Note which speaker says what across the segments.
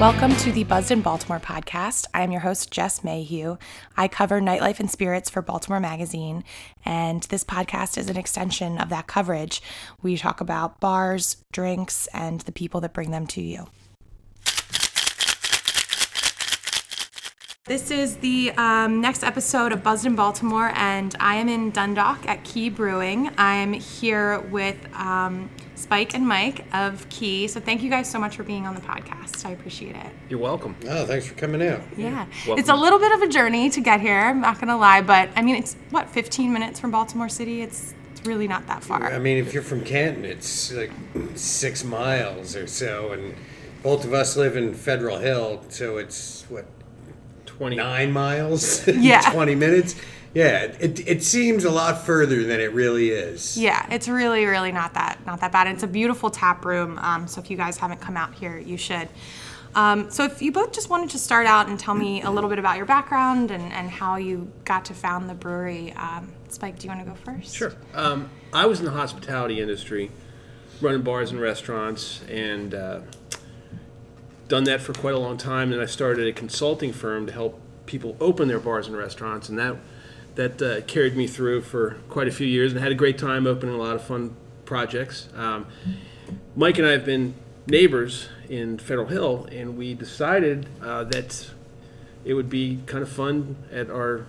Speaker 1: Welcome to the Buzzed in Baltimore podcast. I am your host, Jess Mayhew. I cover nightlife and spirits for Baltimore Magazine, and this podcast is an extension of that coverage. We talk about bars, drinks, and the people that bring them to you. This is the um, next episode of Buzzed in Baltimore, and I am in Dundalk at Key Brewing. I'm here with um, Spike and Mike of Key. So, thank you guys so much for being on the podcast. I appreciate it.
Speaker 2: You're welcome.
Speaker 3: Oh, thanks for coming out.
Speaker 1: Yeah.
Speaker 2: Welcome.
Speaker 1: It's a little bit of a journey to get here, I'm not going to lie, but I mean, it's what, 15 minutes from Baltimore City? It's, it's really not that far.
Speaker 3: I mean, if you're from Canton, it's like six miles or so, and both of us live in Federal Hill, so it's what
Speaker 2: 20.
Speaker 3: nine miles,
Speaker 1: Yeah.
Speaker 3: twenty minutes. Yeah, it it seems a lot further than it really is.
Speaker 1: Yeah, it's really, really not that not that bad. It's a beautiful tap room. Um, so if you guys haven't come out here, you should. Um, so if you both just wanted to start out and tell me a little bit about your background and, and how you got to found the brewery, um, Spike, do you want to go first?
Speaker 2: Sure. Um, I was in the hospitality industry, running bars and restaurants, and uh, done that for quite a long time. And I started a consulting firm to help people open their bars and restaurants, and that that uh, carried me through for quite a few years, and had a great time opening a lot of fun projects. Um, Mike and I have been neighbors in Federal Hill, and we decided uh, that it would be kind of fun at our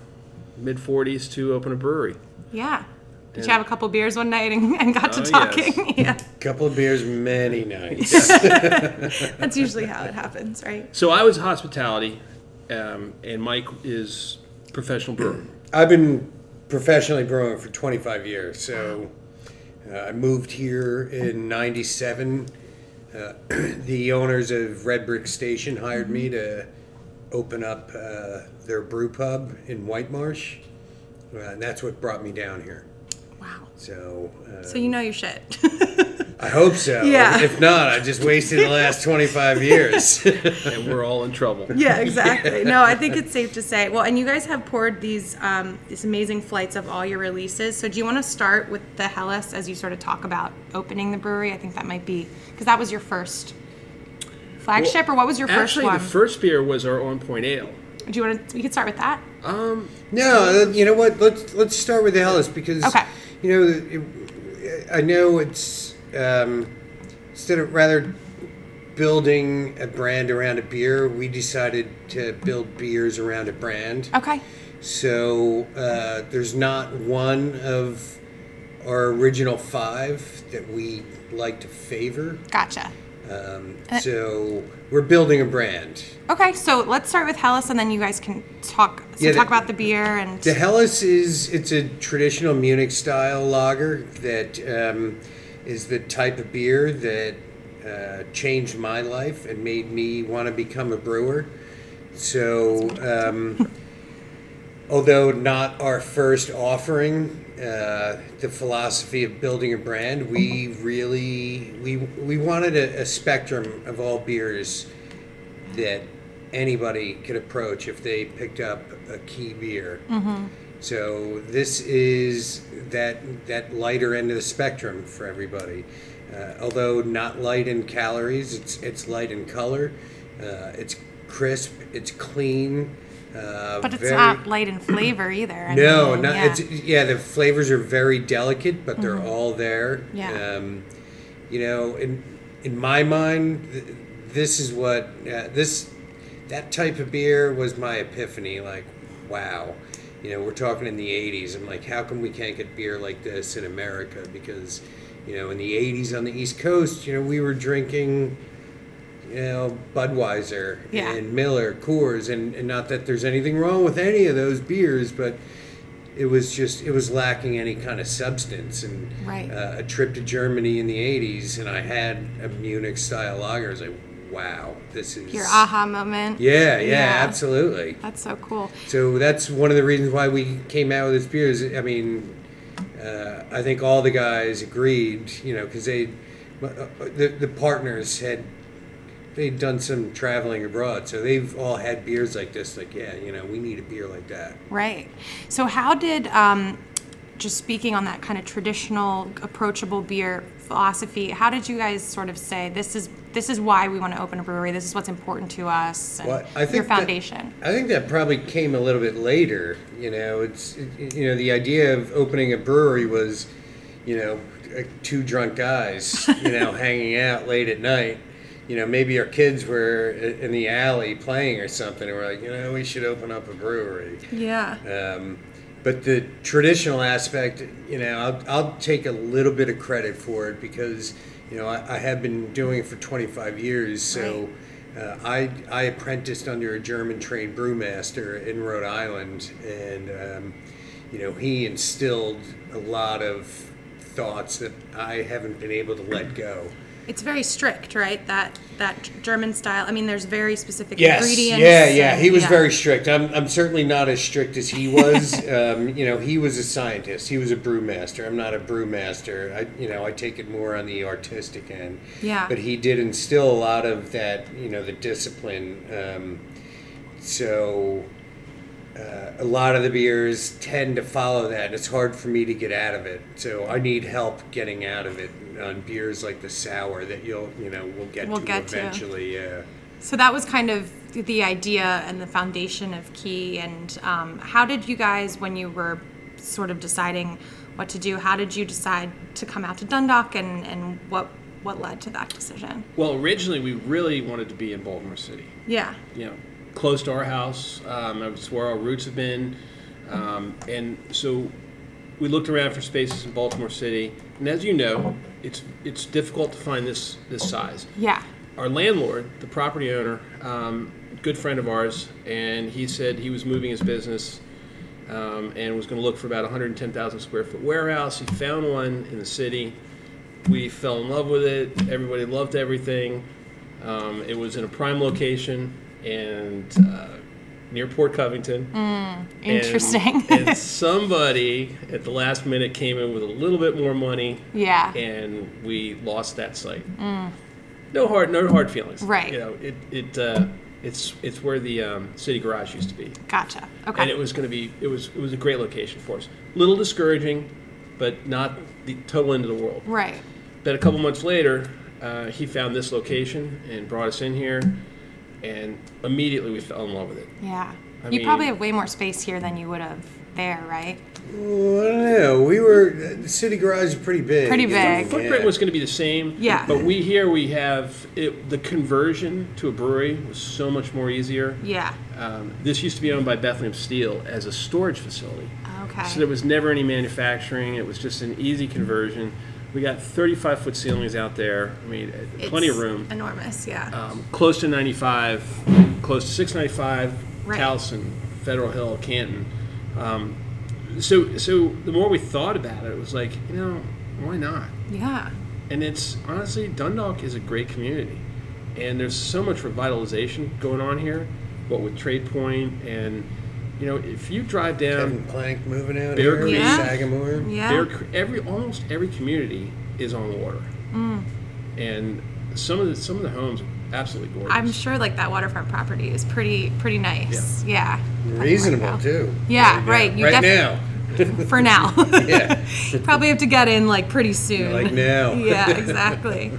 Speaker 2: mid 40s to open a brewery.
Speaker 1: Yeah. Did you
Speaker 2: And-
Speaker 1: have a couple beers one night and, and got
Speaker 2: Oh,
Speaker 1: to
Speaker 2: yes.
Speaker 1: talking?
Speaker 3: Couple of beers, many nights.
Speaker 1: yeah. That's usually how it happens, right?
Speaker 2: So I was hospitality, um, and Mike is professional brewer.
Speaker 3: I've been professionally brewing for 25 years. So uh, I moved here in '97. Uh, the owners of Red Brick Station hired me to open up uh, their brew pub in White Marsh, uh, and that's what brought me down here.
Speaker 1: Wow.
Speaker 3: So uh,
Speaker 1: So you know your shit.
Speaker 3: I hope so.
Speaker 1: Yeah.
Speaker 3: If not, I just wasted the last 25 years.
Speaker 2: and we're all in trouble.
Speaker 1: yeah, exactly. No, I think it's safe to say. Well, and you guys have poured these um, these amazing flights of all your releases. So do you want to start with the Hellas as you sort of talk about opening the brewery? I think that might be because that was your first flagship, or what was your first
Speaker 2: Actually,
Speaker 1: one?
Speaker 2: the first beer was our on point ale.
Speaker 1: do you want to? We could start with that.
Speaker 2: Um,
Speaker 3: No, uh, you know what? Let's let's start with the Hellas because
Speaker 1: Okay.
Speaker 3: you know it, I know it's um, instead of rather building a brand around a beer, we decided to build beers around a brand.
Speaker 1: Okay.
Speaker 3: So uh, there's not one of our original five that we like to favor.
Speaker 1: Gotcha.
Speaker 3: Um, so we're building a brand.
Speaker 1: Okay, so let's start with Hellas, and then you guys can talk. So
Speaker 3: Yeah, the-
Speaker 1: talk about the beer and
Speaker 3: The Helles is it's a traditional Munich style lager that um, is the type of beer that uh, changed my life and made me want to become a brewer. So, um, although not our first offering, uh, the philosophy of building a brand, we really we we wanted a, a spectrum of all beers that anybody could approach if they picked up a key beer.
Speaker 1: Mm-hmm.
Speaker 3: So this is that that lighter end of the spectrum for everybody. Uh, although not light in calories, it's it's light in color. Uh, it's crisp. It's clean. Uh,
Speaker 1: but it's
Speaker 3: very-
Speaker 1: not light in flavor either. I
Speaker 3: no,
Speaker 1: mean,
Speaker 3: no,
Speaker 1: yeah. Mm-hmm.
Speaker 3: it's yeah. The flavors are very delicate, but they're all there.
Speaker 1: Yeah.
Speaker 3: Um, you know, in in my mind, th- this is what uh, this that type of beer was my epiphany. Like, wow. You know, we're talking in the '80s. I'm like, how come we can't get beer like this in America? Because, you know, in the '80s on the East Coast, you know, we were drinking you know, Budweiser
Speaker 1: Yeah.
Speaker 3: and Miller, Coors, and, and not that there's anything wrong with any of those beers, but it was just it was lacking any kind of substance. And
Speaker 1: Right.
Speaker 3: uh, a trip to Germany in the '80s, and I had a Munich style lager. I was like, wow, this is
Speaker 1: your aha moment.
Speaker 3: Yeah, yeah,
Speaker 1: Yeah.
Speaker 3: absolutely.
Speaker 1: That's so cool.
Speaker 3: So that's one of the reasons why we came out with this beer. Is I mean, uh, I think all the guys agreed, you know, because they, uh, the, the partners had, they'd done some traveling abroad, so they've all had beers like this. Like, yeah, you know, we need a beer like that.
Speaker 1: Right. So, how did, um, just speaking on that kind of traditional, approachable beer philosophy, how did you guys sort of say this is this is why we want to open a brewery. This is what's important to us. And
Speaker 3: Well, I think
Speaker 1: your
Speaker 3: that-
Speaker 1: foundation.
Speaker 3: I think that probably came a little bit later. You know, it's it, you know the idea of opening a brewery was, you know, uh, two drunk guys, you know, hanging out late at night. You know, maybe our kids were i- in the alley playing or something, and we're like, you know, we should open up a brewery.
Speaker 1: yeah.
Speaker 3: Um, but the traditional aspect, you know, I'll, I'll take a little bit of credit for it because, you know, I, I have been doing it for 25 years. So uh, I, I apprenticed under a German trained brewmaster in Rhode Island. And, um, you know, he instilled a lot of thoughts that I haven't been able to let go.
Speaker 1: It's very strict, right? That that German style. I mean, there's very specific
Speaker 3: Yes.
Speaker 1: ingredients.
Speaker 3: Yeah, yeah.
Speaker 1: and-
Speaker 3: He was
Speaker 1: yeah.
Speaker 3: very strict. I'm, I'm certainly not as strict as he was. um, you know, he was a scientist. He was a brewmaster. I'm not a brewmaster. I, you know, I take it more on the artistic end.
Speaker 1: Yeah.
Speaker 3: But he did instill a lot of that, you know, the discipline. Um, so uh, a lot of the beers tend to follow that. and It's hard for me to get out of it. So I need help getting out of it on beers like the sour that you'll, you know, we'll get
Speaker 1: We'll
Speaker 3: to
Speaker 1: get to.
Speaker 3: eventually. Yeah.
Speaker 1: So that was kind of the idea and the foundation of Key. And um, how did you guys, when you were sort of deciding what to do, how did you decide to come out to Dundalk, and and what what led to that decision?
Speaker 2: Well, originally we really wanted to be in Baltimore City.
Speaker 1: Yeah.
Speaker 2: you know, close to our house. Um, that's where our roots have been. Um, and so we looked around for spaces in Baltimore City. And as you know, it's it's difficult to find this this size.
Speaker 1: Yeah.
Speaker 2: Our landlord, the property owner, um, good friend of ours, and he said he was moving his business um, and was going to look for about 110,000 square foot warehouse. He found one in the city. We fell in love with it. Everybody loved everything. Um, it was in a prime location and uh, near Port Covington. And-
Speaker 1: Interesting.
Speaker 2: And, somebody at the last minute came in with a little bit more money,
Speaker 1: yeah.
Speaker 2: and we lost that site. No hard, no hard feelings.
Speaker 1: Mm. Right.
Speaker 2: You know, it, it uh, it's it's where the um, city garage used to be
Speaker 1: Gotcha. Okay.
Speaker 2: and it was going to be it was it was a great location for us. Little discouraging, but not the total end of the world.
Speaker 1: right.
Speaker 2: But a couple months later, uh, he found this location and brought us in here, and immediately we fell in love with it.
Speaker 1: Yeah.
Speaker 2: I
Speaker 1: you probably
Speaker 2: mean-
Speaker 1: have way more space here than you would have there, right?
Speaker 2: Mm-hmm.
Speaker 3: Well, I don't know. We were the city garage is pretty big.
Speaker 1: Pretty
Speaker 2: The
Speaker 1: big.
Speaker 2: footprint
Speaker 3: Yeah.
Speaker 2: was going to be the same.
Speaker 1: Yeah.
Speaker 2: But we here we have it, the conversion to a brewery was so much more easier.
Speaker 1: Yeah.
Speaker 2: Um, this used to be owned by Bethlehem Steel as a storage facility.
Speaker 1: Okay.
Speaker 2: So there was never any manufacturing. It was just an easy conversion. We got 35 foot ceilings out there. I mean, uh,
Speaker 1: It's
Speaker 2: plenty of room.
Speaker 1: Enormous. Yeah.
Speaker 2: Um, close to 95, close to 695,
Speaker 1: Right.
Speaker 2: Towson, Federal Hill, Canton. Um, so, so the more we thought about it, it was like, you know, why not?
Speaker 1: yeah.
Speaker 2: And it's honestly, Dundalk is a great community, and there's so much revitalization going on here. What with Trade Point, and you know, if you drive down
Speaker 3: Kevin Plank moving out
Speaker 2: Bear
Speaker 3: here from
Speaker 2: Creek.
Speaker 1: Yeah.
Speaker 3: Sagamore.
Speaker 1: Yeah.
Speaker 2: They're cr- every almost every community is on water,
Speaker 1: Mm.
Speaker 2: and some of the some of the homes are absolutely gorgeous.
Speaker 1: I'm sure like that waterfront property is pretty pretty nice. Yeah.
Speaker 3: Reasonable too.
Speaker 1: Yeah,
Speaker 3: now.
Speaker 1: right, you
Speaker 3: right
Speaker 1: defi-
Speaker 3: now.
Speaker 1: For now.
Speaker 3: Yeah.
Speaker 1: Probably have to get in like pretty soon.
Speaker 3: Like now.
Speaker 1: yeah, exactly.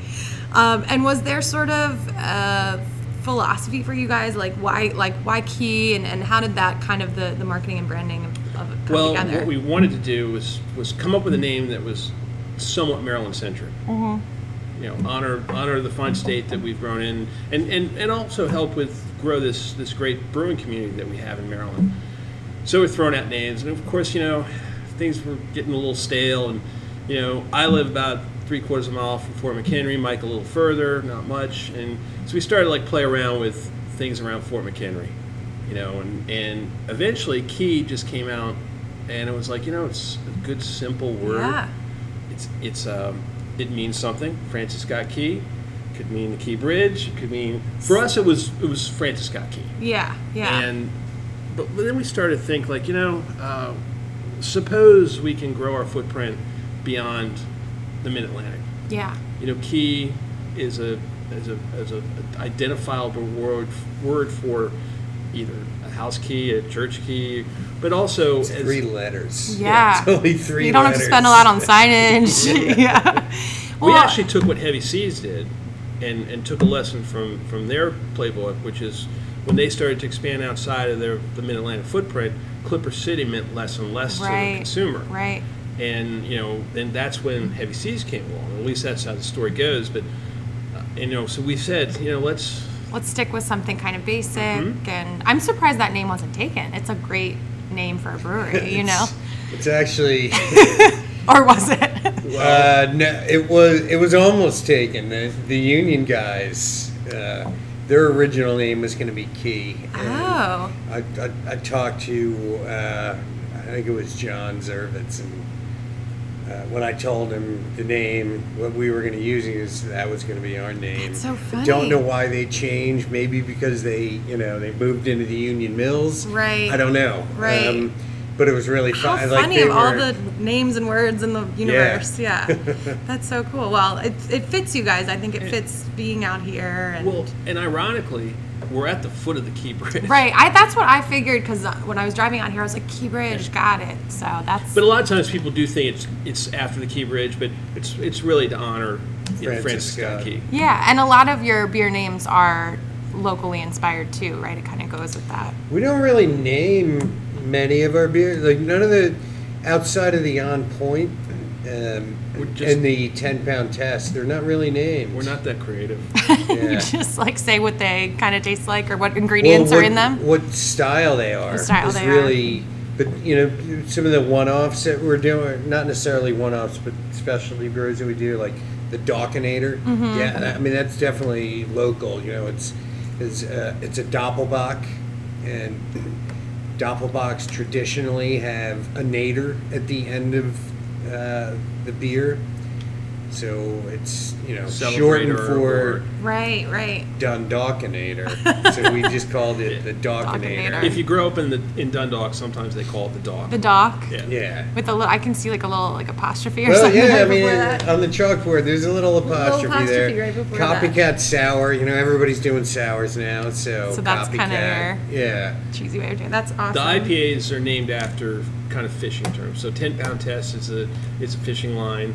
Speaker 1: Um, and was there sort of a philosophy for you guys, like why like why Key and, and how did that kind of the, the marketing and branding of, of it come
Speaker 2: well,
Speaker 1: together?
Speaker 2: what we wanted to do was was come up with a name that was somewhat Maryland centric. You know, honor honor the fine state that we've grown in, and, and, and also help with grow this this great brewing community that we have in Maryland. So we're throwing out names, and of course, you know, things were getting a little stale. And you know, I live about three quarters of a mile from Fort McHenry. Mike a little further, not much. And so we started to, like play around with things around Fort McHenry, you know, and and eventually Key just came out, and it was like you know, it's a good simple word.
Speaker 1: Yeah.
Speaker 2: It's it's um, it means something. Francis Scott Key could mean the Key Bridge. It could mean for us it was it was Francis Scott Key.
Speaker 1: yeah, yeah.
Speaker 2: And but, but then we started to think like, you know, uh, suppose we can grow our footprint beyond the Mid Atlantic.
Speaker 1: yeah.
Speaker 2: You know, key is a is a is a identifiable word word for either a house key, a church key, but also
Speaker 3: It's
Speaker 2: as-
Speaker 3: three letters.
Speaker 1: Yeah.
Speaker 3: It's only three
Speaker 1: you don't have to spend a lot on signage. yeah.
Speaker 2: we
Speaker 1: Well,
Speaker 2: actually took what Heavy Seas did and, and took a lesson from, from their playbook, which is when they started to expand outside of their the Mid Atlantic footprint, Clipper City meant less and less to the
Speaker 1: Right.
Speaker 2: consumer.
Speaker 1: Right.
Speaker 2: And you know, then that's when heavy seas came along. At least that's how the story goes. But uh, you know, so we said, you know, let's
Speaker 1: Let's stick with something kind of basic.
Speaker 2: Mm-hmm.
Speaker 1: And I'm surprised that name wasn't taken. It's a great name for a brewery, you know?
Speaker 3: It's actually
Speaker 1: Or was it?
Speaker 3: uh, no, it was it was almost taken. The, the union guys, uh, their original name was going to be Key. and
Speaker 1: oh.
Speaker 3: I, I, I talked to, uh, I think it was John Zervitz, and uh, when I told him the name, what we were going to use, he was, that was going to be our name.
Speaker 1: That's so
Speaker 3: I don't
Speaker 1: funny.
Speaker 3: know why they changed. Maybe because they, you know, they moved into the Union Mills.
Speaker 1: Right.
Speaker 3: I don't know. Um,
Speaker 1: Right.
Speaker 3: but it was really
Speaker 1: How
Speaker 3: fun.
Speaker 1: funny
Speaker 3: they
Speaker 1: of all the
Speaker 3: were-
Speaker 1: names and words in the universe. Yeah. That's so cool. Well, it, it fits you guys. I think it fits being out here. And
Speaker 2: well, and ironically, we're at the foot of the key bridge.
Speaker 1: Right. I that's what I figured because when I was driving out here, I was like, Key Bridge, got it. So that's
Speaker 2: But a lot of times people do think it's it's after the Key Bridge, but it's it's really to honor you know,
Speaker 3: Francis
Speaker 2: Francis Scott
Speaker 3: Scott.
Speaker 2: Key.
Speaker 1: yeah. And a lot of your beer names are locally inspired too, right? It kind of goes with that.
Speaker 3: We don't really name many of our beers. Like none of the outside of the on point um,
Speaker 2: We're just-
Speaker 3: and the ten pound test, they're not really named.
Speaker 2: We're not that creative.
Speaker 1: you
Speaker 3: Yeah.
Speaker 1: just like say what they kind of taste like or what ingredients
Speaker 3: Well,
Speaker 1: are
Speaker 3: what-
Speaker 1: in them.
Speaker 3: What style they are.
Speaker 1: style
Speaker 3: is
Speaker 1: they are.
Speaker 3: really, But you know, some of the one-offs that we're doing, are not necessarily one-offs, but specialty brews that we do, like the Dockinator.
Speaker 1: Mm-hmm.
Speaker 3: Yeah, that- I mean that's definitely local. You know, it's it's uh, it's a Doppelbock, and Doppelbocks traditionally have a nader at the end of uh, the beer, so it's you know shortened
Speaker 2: Celebrator
Speaker 3: for
Speaker 2: or-
Speaker 1: Right. Right.
Speaker 3: Dundalkinator. so we just called it the Dawkinator.
Speaker 1: Dawkinator.
Speaker 2: If you grow up in the in Dundalk, sometimes they call it the dog.
Speaker 1: The dock.
Speaker 2: yeah.
Speaker 3: Yeah.
Speaker 1: With a little, I can see like a little like apostrophe or
Speaker 3: Well,
Speaker 1: something.
Speaker 3: yeah,
Speaker 1: right
Speaker 3: I mean, uh,
Speaker 1: before that.
Speaker 3: on the chalkboard, there's a little apostrophe,
Speaker 1: apostrophe
Speaker 3: there.
Speaker 1: right before that.
Speaker 3: Copycat sour. You know, everybody's doing sours now, so,
Speaker 1: So that's
Speaker 3: copycat.
Speaker 1: kinda your-
Speaker 3: Yeah.
Speaker 1: cheesy way of doing. That's awesome.
Speaker 2: The IPAs are named after kind of fishing terms. So ten pound test is a is a fishing line.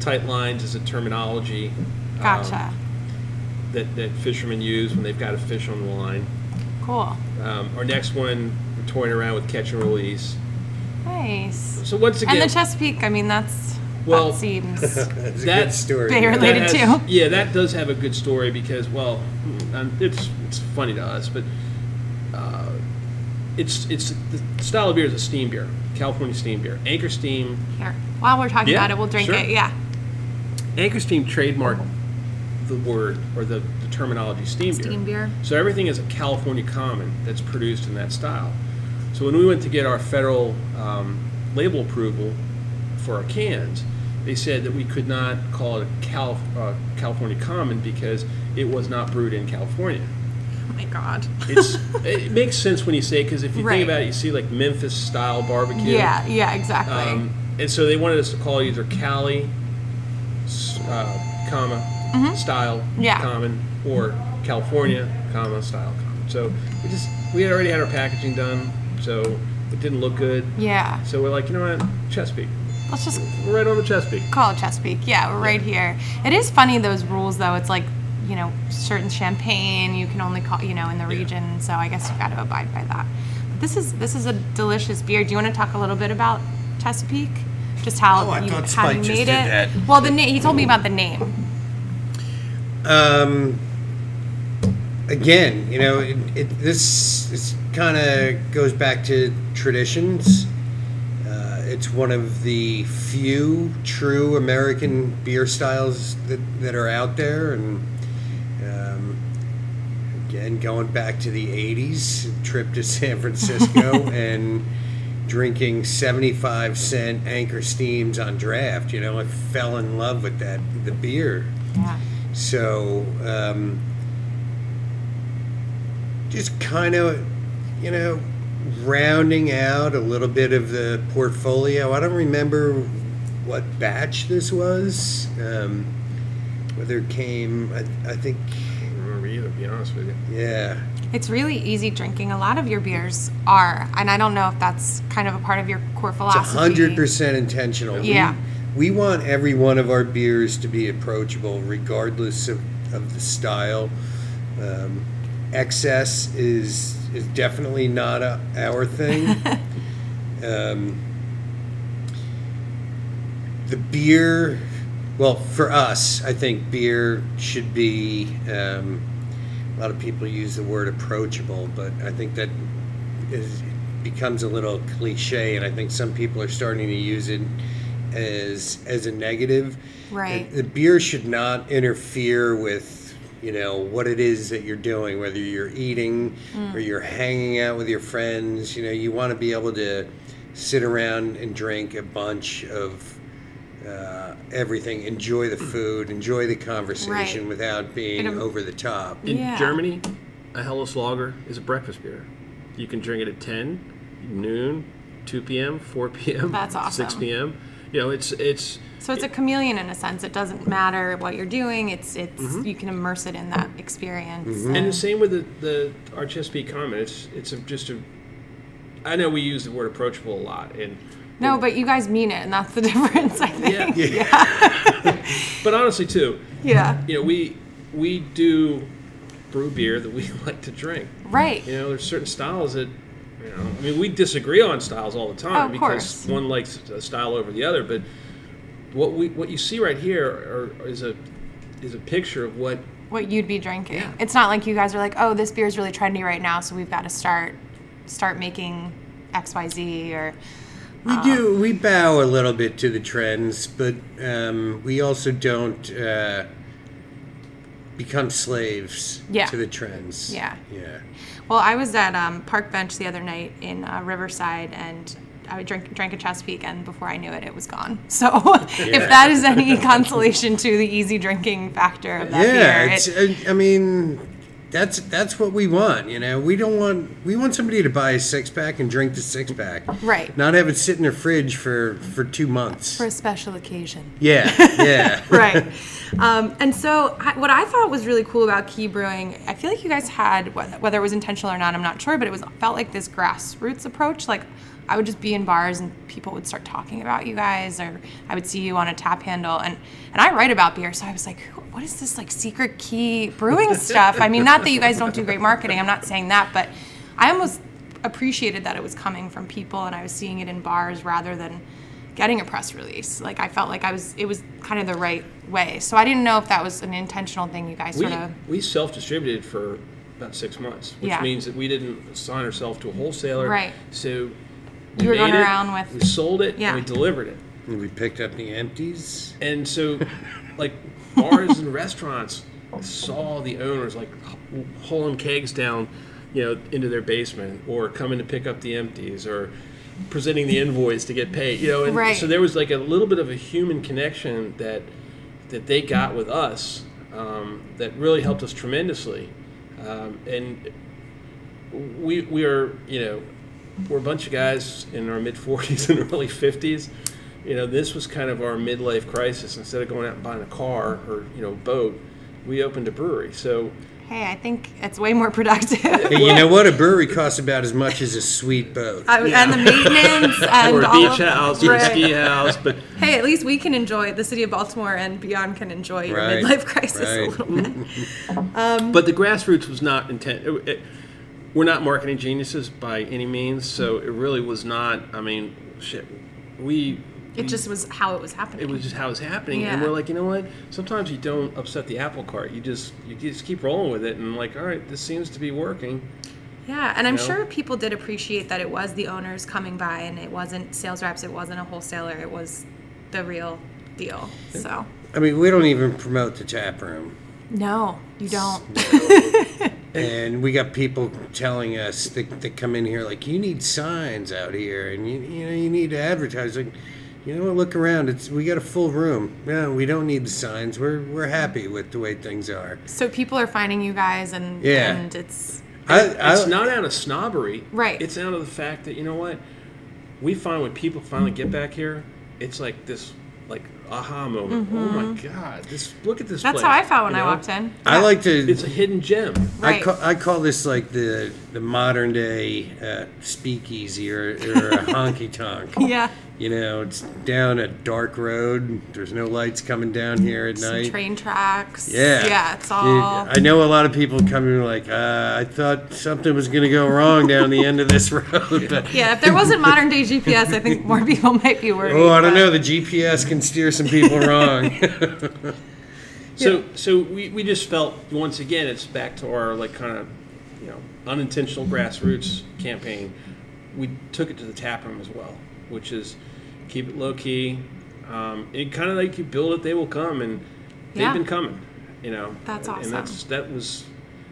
Speaker 2: Tight lines is a terminology um,
Speaker 1: Gotcha.
Speaker 2: that, that fishermen use when they've got a fish on the line.
Speaker 1: cool.
Speaker 2: Um, our next one, we're toying around with catch and release.
Speaker 1: Nice.
Speaker 2: So once again,
Speaker 1: and the Chesapeake. I mean, that's
Speaker 2: Well-
Speaker 1: that seems.
Speaker 3: That's a good
Speaker 2: That's
Speaker 3: story.
Speaker 1: They are
Speaker 2: That
Speaker 1: related
Speaker 2: has-
Speaker 1: to.
Speaker 2: Yeah, that does have a good story because, well, um, it's it's funny to us, but uh, it's it's the style of beer is a steam beer, California steam beer. Anchor Steam,
Speaker 1: Here, while we're talking
Speaker 2: Yeah,
Speaker 1: about it, we'll drink
Speaker 2: sure.
Speaker 1: it. Yeah.
Speaker 2: Anchor Steam trademarked the word or the, the terminology steam beer.
Speaker 1: Steam beer.
Speaker 2: So everything is a California common that's produced in that style. So when we went to get our federal um, label approval for our cans, they said that we could not call it a Cal, uh, California common because it was not brewed in California.
Speaker 1: Oh my God.
Speaker 2: It's, it makes sense when you say because if you
Speaker 1: Right.
Speaker 2: think about it, you see like Memphis style barbecue.
Speaker 1: Yeah. Yeah. Exactly.
Speaker 2: Um, and so they wanted us to call either Cali, s- uh, comma, style,
Speaker 1: Mm-hmm. Yeah.
Speaker 2: common, or California, comma, style, common. So we just, we had already had our packaging done, so it didn't look good.
Speaker 1: yeah.
Speaker 2: So we're like, you know what, Chesapeake.
Speaker 1: Let's just
Speaker 2: We're right on the Chesapeake.
Speaker 1: call it Chesapeake. Yeah, we're right here. It is funny those rules though. It's like you know certain champagne you can only call you know in the region. So I guess you got to abide by that. This is this is a delicious beer. Do you want to talk a little bit about Chesapeake? Just how
Speaker 3: Oh, I
Speaker 1: you,
Speaker 3: thought
Speaker 1: how
Speaker 3: Spike
Speaker 1: you
Speaker 3: just
Speaker 1: made
Speaker 3: did
Speaker 1: it.
Speaker 3: that.
Speaker 1: Well, the na- he told me about the name.
Speaker 3: Um, again, you know, it, it, this it's kind of goes back to traditions. Uh, it's one of the few true American beer styles that, that are out there, and um, again, going back to the '80s, trip to San Francisco, and drinking 75 cent Anchor Steams on draft. You know, I fell in love with that the beer.
Speaker 1: Yeah.
Speaker 3: So um, just kind of, you know, rounding out a little bit of the portfolio. I don't remember what batch this was. Um, whether it came, I, I think,
Speaker 2: I don't remember either, to be honest with you.
Speaker 3: yeah.
Speaker 1: It's really easy drinking. A lot of your beers are, and I don't know if that's kind of a part of your core philosophy.
Speaker 3: It's hundred percent intentional. We-
Speaker 1: Yeah.
Speaker 3: We, want every one of our beers to be approachable, regardless of of the style. Um, excess is is definitely not a, our thing. um, the beer, well, for us, I think beer should be. Um, a lot of people use the word approachable, but I think that is, becomes a little cliche, and I think some people are starting to use it as as a negative.
Speaker 1: Right.
Speaker 3: The, the beer should not interfere with you know what it is that you're doing, whether you're eating
Speaker 1: Mm.
Speaker 3: or you're hanging out with your friends. You know, you want to be able to sit around and drink a bunch of uh, everything, enjoy the food, enjoy the conversation
Speaker 1: Right.
Speaker 3: without being
Speaker 1: It'll-
Speaker 3: over the top.
Speaker 2: In
Speaker 1: Yeah.
Speaker 2: Germany, a Helles Lager is a breakfast beer. You can drink it at 10, noon, 2 p.m., 4 p.m.,
Speaker 1: That's
Speaker 2: 6
Speaker 1: awesome.
Speaker 2: p.m. You know, it's it's
Speaker 1: So it's a chameleon in a sense. It doesn't matter what you're doing. It's it's
Speaker 3: Mm-hmm.
Speaker 1: you can immerse it in that experience.
Speaker 2: and the
Speaker 1: And-
Speaker 2: same with the, the our Chesapeake comment. It's it's a, just a. I know we use the word approachable a lot, and
Speaker 1: no, but you guys mean it, and that's the difference. I think.
Speaker 2: Yeah.
Speaker 1: Yeah.
Speaker 2: but honestly too,
Speaker 1: Yeah.
Speaker 2: you know we we do brew beer that we like to drink.
Speaker 1: Right.
Speaker 2: You know, there's certain styles that, you know, I mean, we disagree on styles all the time
Speaker 1: Oh, Of
Speaker 2: because
Speaker 1: course.
Speaker 2: one likes a style over the other. But what we what you see right here are, is a is a picture of what
Speaker 1: What you'd be drinking.
Speaker 2: Yeah.
Speaker 1: It's not like you guys are like, oh, this beer is really trendy right now, so we've got to start start making X Y Z or
Speaker 3: We do. Uh, We bow a little bit to the trends, but um, we also don't uh, become slaves
Speaker 1: Yeah.
Speaker 3: to the trends.
Speaker 1: Yeah.
Speaker 3: Yeah.
Speaker 1: Well, I was at um, Park Bench the other night in uh, Riverside, and I drank drank a Chesapeake, and before I knew it, it was gone. So, if that is any consolation to the easy drinking factor of that
Speaker 3: yeah.
Speaker 1: beer,
Speaker 3: It's.
Speaker 1: it-
Speaker 3: I, I mean, that's that's what we want. You know, we don't want we want somebody to buy a six pack and drink the six pack.
Speaker 1: Right.
Speaker 3: Not have it sit in their fridge for for two months.
Speaker 1: for a special occasion.
Speaker 3: yeah. Yeah.
Speaker 1: right. Um, and so, I, what I thought was really cool about Key Brewing, I feel like you guys had, wh- whether it was intentional or not, I'm not sure, but it was felt like this grassroots approach. Like, I would just be in bars and people would start talking about you guys, or I would see you on a tap handle, and and I write about beer, so I was like, "Who- what is this like secret Key Brewing stuff? I mean, not that you guys don't do great marketing, I'm not saying that, but I almost appreciated that it was coming from people and I was seeing it in bars rather than getting a press release. Like I felt like I was it was kind of the right way. So I didn't know if that was an intentional thing you guys
Speaker 2: we
Speaker 1: sort of
Speaker 2: we self distributed for about six months, which
Speaker 1: Yeah.
Speaker 2: means that we didn't assign ourselves to a wholesaler.
Speaker 1: Right.
Speaker 2: So
Speaker 1: You were
Speaker 2: made
Speaker 1: going
Speaker 2: it,
Speaker 1: around with-
Speaker 2: we sold it
Speaker 1: Yeah.
Speaker 2: and we delivered it.
Speaker 3: And we picked up the empties.
Speaker 2: And so, like, bars and restaurants saw the owners like h- hauling kegs down, you know, into their basement or coming to pick up the empties or presenting the invoice to get paid, you know. And
Speaker 1: Right.
Speaker 2: so there was like a little bit of a human connection that that they got with us um, that really helped us tremendously. Um, and we we are you know we're a bunch of guys in our mid 40s and early 50s you know this was kind of our midlife crisis instead of going out and buying a car or you know boat we opened a brewery so
Speaker 1: hey, I think it's way more productive.
Speaker 3: Hey, you know what? A brewery costs about as much as a sweet boat.
Speaker 1: I- And the maintenance and
Speaker 2: or a
Speaker 1: all
Speaker 2: beach
Speaker 1: of-
Speaker 2: house or a
Speaker 1: Right.
Speaker 2: ski house but
Speaker 1: Hey, at least we can enjoy the city of Baltimore and beyond can enjoy your
Speaker 3: Right.
Speaker 1: midlife crisis a
Speaker 3: Right.
Speaker 1: little bit.
Speaker 2: but the grassroots was not intent it- it- we're not marketing geniuses by any means so it really was not i mean shit we
Speaker 1: It just was how it was happening.
Speaker 2: it was just how it was happening and
Speaker 1: Yeah.
Speaker 2: we're like you know what sometimes you don't upset the apple cart you just you just keep rolling with it and like all right this seems to be working
Speaker 1: Yeah, and I'm
Speaker 2: know?
Speaker 1: sure people did appreciate that it was the owners coming by and it wasn't sales reps, it wasn't a wholesaler, it was the real deal. So,
Speaker 3: I mean, we don't even promote the tap room.
Speaker 1: no, you don't.
Speaker 3: And we got people telling us that, that come in here like, you need signs out here, and you you know you need to advertise. Like, you know what? Look around. It's we got a full room. No, we don't need the signs. We're we're happy with the way things are.
Speaker 1: So people are finding you guys and
Speaker 3: Yeah.
Speaker 1: and it's
Speaker 3: I,
Speaker 2: it's
Speaker 3: I,
Speaker 2: not out of snobbery
Speaker 1: Right.
Speaker 2: it's out of the fact that you know what we find when people finally get back here it's like this like aha moment oh my god this look at this
Speaker 1: Mm-hmm. that's
Speaker 2: place,
Speaker 1: how I felt when
Speaker 2: you
Speaker 1: I
Speaker 2: know?
Speaker 1: walked in.
Speaker 3: I like to.
Speaker 2: it's a hidden gem
Speaker 1: Right.
Speaker 3: I call, I call this like the the modern day uh, speakeasy or, or a honky tonk.
Speaker 1: Yeah.
Speaker 3: You know, it's down a dark road. There's no lights coming down here at
Speaker 1: Some
Speaker 3: night.
Speaker 1: train tracks.
Speaker 3: Yeah.
Speaker 1: Yeah, it's
Speaker 3: Yeah,
Speaker 1: all.
Speaker 3: I know a lot of people come in like, uh, I thought something was going to go wrong down the end of this road, but
Speaker 1: Yeah, if there wasn't modern day GPS, I think more people might be worried.
Speaker 3: oh, I don't
Speaker 1: but-
Speaker 3: know. The GPS can steer some people wrong.
Speaker 2: So, so we, we just felt once again it's back to our like kind of you know unintentional grassroots campaign. We took it to the tap room as well, which is keep it low key. Um, it kind of like you build it, they will come, and they've
Speaker 1: Yeah.
Speaker 2: been coming. You know,
Speaker 1: That's
Speaker 2: And-
Speaker 1: awesome.
Speaker 2: And that's that was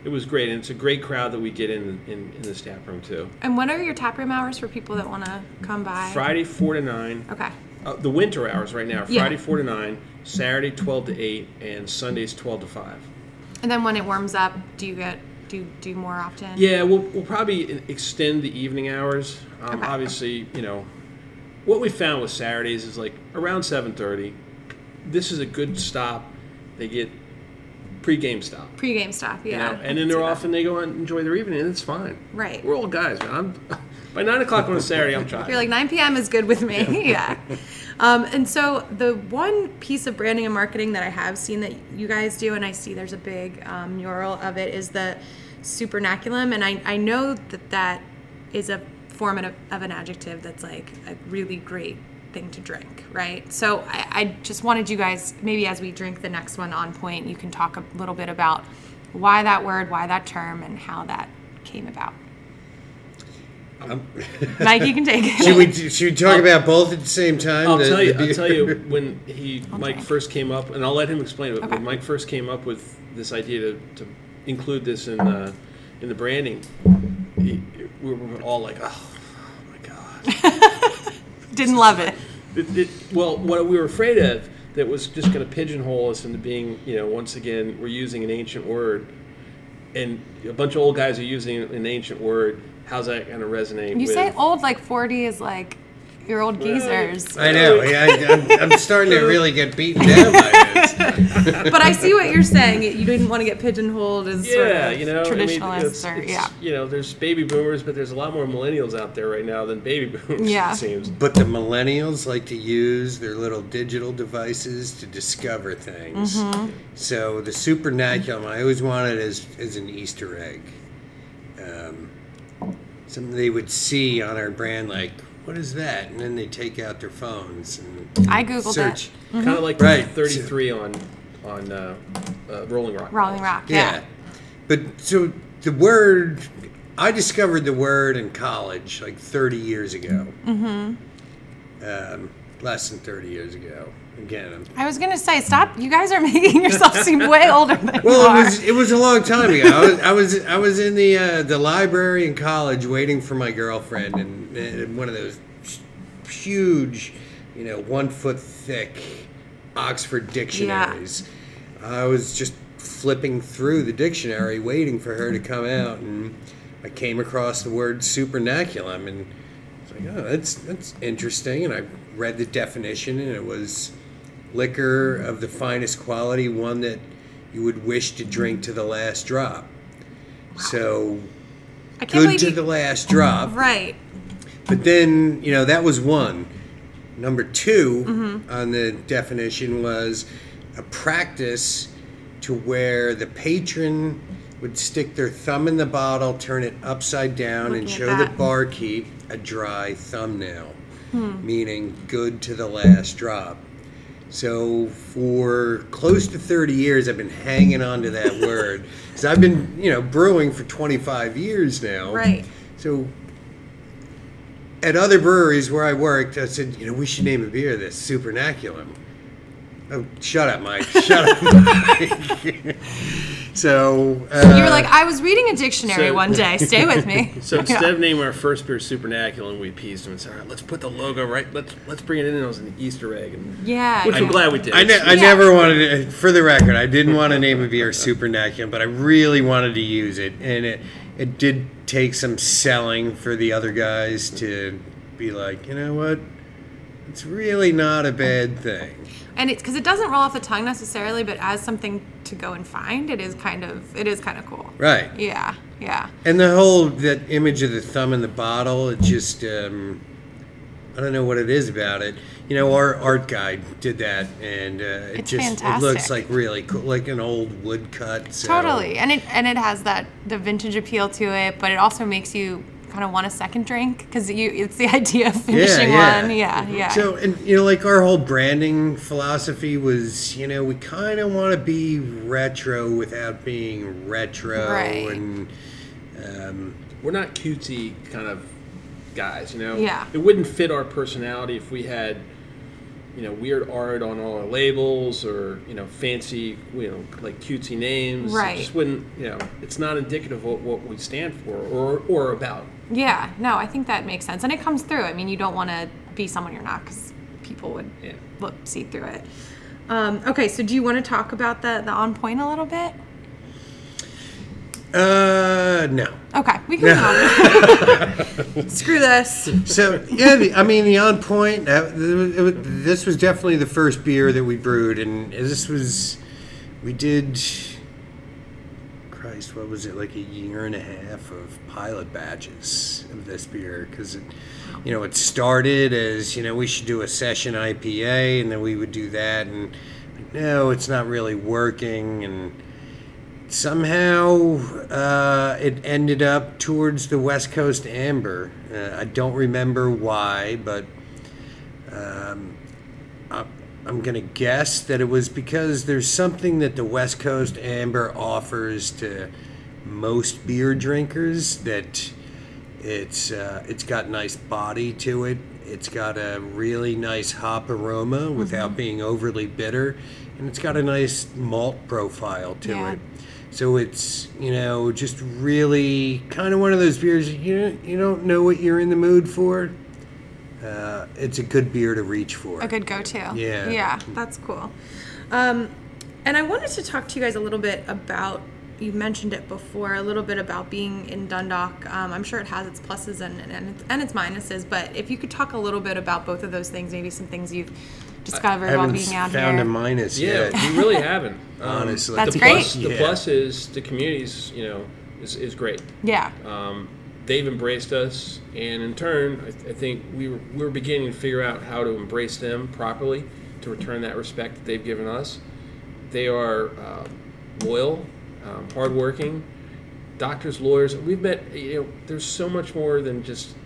Speaker 2: it was great, and it's a great crowd that we get in in, in this tap room too.
Speaker 1: And when are your taproom hours for people that want to come by?
Speaker 2: Friday four to nine.
Speaker 1: Okay.
Speaker 2: Uh, the winter hours right now:
Speaker 1: Yeah.
Speaker 2: Friday four to nine, Saturday twelve to eight, and Sundays twelve to five.
Speaker 1: And then when it warms up, do you get do you do more often?
Speaker 2: Yeah, we'll, we'll probably e, extend the evening hours. Um,
Speaker 1: Okay.
Speaker 2: Obviously, you know, what we found with Saturdays is like around seven thirty. This is a good stop. They get pre-game stop.
Speaker 1: Pre-game stuff.
Speaker 2: you
Speaker 1: Yeah.
Speaker 2: know, and then they're off and they go out and enjoy their evening, and it's fine.
Speaker 1: Right.
Speaker 2: We're all guys, man. I'm by nine o'clock on a Saturday, I'm tired.
Speaker 1: You're like 9 p.m. is good with me. yeah. Um, and so the one piece of branding and marketing that I have seen that you guys do, and I see there's a big um, mural of it, is the supernaculum. And I, I know that that is a form of, of an adjective that's like a really great thing to drink, right? So I, I just wanted you guys, maybe as we drink the next one on point, you can talk a little bit about why that word, why that term, and how that came about. Mike, you can take it.
Speaker 3: should we should we talk about both at the same time?
Speaker 2: I'll
Speaker 3: The-
Speaker 2: tell you.
Speaker 3: the
Speaker 2: I'll
Speaker 3: be-
Speaker 2: tell you when he Mike
Speaker 1: try.
Speaker 2: first came up, and I'll let him explain it. But
Speaker 1: Okay.
Speaker 2: when Mike first came up with this idea to, to include this in uh, in the branding, he, we were all like, "Oh, oh my god!"
Speaker 1: Didn't love it.
Speaker 2: It- it- well, what we were afraid of that was just going to pigeonhole us into being, you know, once again, we're using an ancient word, and a bunch of old guys are using an ancient word. How's that going to resonate?
Speaker 1: You
Speaker 2: with,
Speaker 1: say old like 40 is like your old geezers.
Speaker 3: I know. Yeah, I, I'm, I'm starting to really get beaten down by this.
Speaker 1: but I see what you're saying. You didn't want to get pigeonholed as sort
Speaker 2: yeah,
Speaker 1: of
Speaker 2: you know, I mean, it's-
Speaker 1: traditionalists or
Speaker 2: it's-
Speaker 1: yeah.
Speaker 2: you know, there's baby boomers, but there's a lot more millennials out there right now than baby boomers.
Speaker 1: Yeah.
Speaker 2: it seems.
Speaker 3: But the millennials like to use their little digital devices to discover things. So the supernaculum, I always wanted as as an Easter egg, um, something they would see on our brand, like what is that? And then they take out their phones and
Speaker 1: I googled
Speaker 3: search.
Speaker 1: it.
Speaker 2: Kind of like
Speaker 3: Right.
Speaker 2: 33 on on uh, uh, Rolling Rock.
Speaker 1: Rolling Rock.
Speaker 3: Yeah.
Speaker 1: Yeah.
Speaker 3: But so the word, I discovered the word in college like 30 years ago. Mm-hmm. Um, less than 30 years ago. Again, I'm
Speaker 1: I was gonna say, stop. You guys are making yourself seem way older than
Speaker 3: Well,
Speaker 1: you are.
Speaker 3: it was it was a long time ago. I was I was, I was in the uh, the library in college waiting for my girlfriend, and, and one of those huge, you know, one foot thick Oxford dictionaries. I was just flipping through the dictionary, waiting for her to come out, and I came across the word supernaculum, and it's like, oh, that's that's interesting. And I read the definition, and it was liquor of the finest quality, one that you would wish to drink to the last drop. So
Speaker 1: I can't
Speaker 3: good
Speaker 1: believe
Speaker 3: to
Speaker 1: you.
Speaker 3: the last drop.
Speaker 1: right.
Speaker 3: But then, you know, that was one. Number 2
Speaker 1: Mm-hmm.
Speaker 3: on the definition was a practice to where the patron would stick their thumb in the bottle, turn it upside down, and
Speaker 1: Looking
Speaker 3: show
Speaker 1: at
Speaker 3: the
Speaker 1: that.
Speaker 3: barkeep a dry thumbnail, meaning good to the last drop. So for close to 30 years, I've been hanging on to that word. Because I've been, you know, brewing for 25 years now.
Speaker 1: Right.
Speaker 3: So at other breweries where I worked, I said, you know, we should name a beer this Supernaculum. Oh, shut up, Mike. Shut up, Mike. so. Uh,
Speaker 1: you were like, I was reading a dictionary
Speaker 2: so-
Speaker 1: one day. Stay with me.
Speaker 2: So instead
Speaker 1: Yeah.
Speaker 2: of naming our first beer Supernaculum, we appeased him and said, all right, let's put the logo right, let's let's bring it in as an Easter egg. And
Speaker 1: yeah.
Speaker 2: which I'm
Speaker 1: yeah.
Speaker 2: glad we did.
Speaker 3: I, ne- I
Speaker 1: Yeah.
Speaker 3: never wanted to, for the record, I didn't want to name a beer Supernaculum, but I really wanted to use it. And it, it did take some selling for the other guys to be like, you know what? It's really not a bad thing.
Speaker 1: and it's because it doesn't roll off the tongue necessarily, but as something to go and find, it is kind of it is kind of cool.
Speaker 3: Right.
Speaker 1: Yeah. Yeah.
Speaker 3: And the whole that image of the thumb in the bottle, it just um, I don't know what it is about it. You know, our art guy did that, and uh, it
Speaker 1: It's
Speaker 3: just
Speaker 1: fantastic.
Speaker 3: it looks like really cool, like an old woodcut. So.
Speaker 1: Totally, and it and it has that the vintage appeal to it, but it also makes you kind of want a second drink because you it's the idea of finishing one. Yeah, yeah.
Speaker 3: So, and you know, like our whole branding philosophy was, you know, we kind of want to be retro without being retro,
Speaker 1: Right.
Speaker 3: and um,
Speaker 2: we're not cutesy kind of guys, you know.
Speaker 1: Yeah.
Speaker 2: It wouldn't fit our personality if we had, you know, weird art on all our labels or you know fancy, you know, like cutesy names.
Speaker 1: Right.
Speaker 2: It just wouldn't. You know, it's not indicative of what we stand for or or about.
Speaker 1: yeah, no, I think that makes sense, and it comes through. I mean, you don't want to be someone you're not because people would
Speaker 2: Yeah.
Speaker 1: look see through it. Um, okay, so do you want to talk about the the on point a little bit?
Speaker 3: uh, no.
Speaker 1: Okay, we can move on. Screw this.
Speaker 3: So yeah, the, I mean the on point. Uh, th- it was- this was definitely the first beer that we brewed, and this was we did. Christ, what was it like a year and a half of pilot batches of this beer? Because it, you know, it started as you know we should do a session IPA, and then we would do that, and no, it's not really working, and somehow uh, it ended up towards the West Coast Amber. Uh, I don't remember why, but um, I, I'm going to guess that it was because there's something that the West Coast Amber offers to most beer drinkers that it's uh, it's got nice body to it. It's got a really nice hop aroma without being overly bitter, and it's got a nice malt profile to
Speaker 1: Yeah.
Speaker 3: it. So it's you know just really kind of one of those beers that you don't- you don't know what you're in the mood for. Uh, it's a good beer to reach for.
Speaker 1: a good go-to.
Speaker 3: Yeah.
Speaker 1: Yeah, that's cool. Um, and I wanted to talk to you guys a little bit about. You mentioned it before, a little bit about being in Dundalk. Um, I'm sure it has its pluses and and its, and its minuses, but if you could talk a little bit about both of those things, maybe some things you've discovered
Speaker 3: I
Speaker 1: while
Speaker 3: haven't
Speaker 1: being out
Speaker 3: found
Speaker 1: here.
Speaker 3: a minus
Speaker 2: Yeah,
Speaker 3: yet.
Speaker 2: we really haven't.
Speaker 3: Honestly.
Speaker 1: That's
Speaker 2: the
Speaker 1: great.
Speaker 2: plus the
Speaker 3: Yeah.
Speaker 2: plus is the communities. You know, is is great.
Speaker 1: yeah,
Speaker 2: Um, they've embraced us, and in turn, I, I think we were, we were beginning to figure out how to embrace them properly to return that respect that they've given us. They are um, loyal, um, hardworking, doctors, lawyers. We've met, you know, there's so much more than just,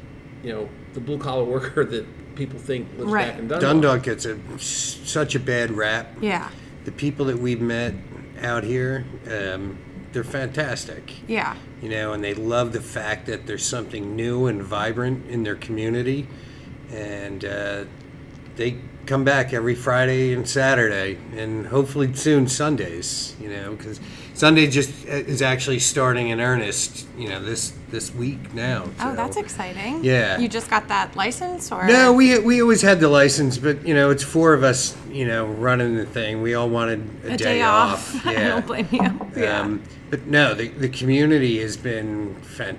Speaker 2: you know, the blue collar worker that people think lives
Speaker 1: Right.
Speaker 2: back in Dundalk.
Speaker 3: Dundalk gets a, such a bad rap.
Speaker 1: yeah,
Speaker 3: The people that we've met out here, um, they're fantastic.
Speaker 1: yeah,
Speaker 3: You know, and they love the fact that there's something new and vibrant in their community, and uh, they come back every Friday and Saturday, and hopefully soon Sundays. You know, because Sunday just uh, is actually starting in earnest. You know, this this week now.
Speaker 1: Oh,
Speaker 3: so-
Speaker 1: that's exciting.
Speaker 3: Yeah.
Speaker 1: you just got that license, or
Speaker 3: No, we we always had the license, but you know, it's four of us, you know, running the thing. We all wanted a,
Speaker 1: a day, off. I
Speaker 3: Yeah.
Speaker 1: don't blame you. Yeah,
Speaker 3: Um, but no, the, the community has been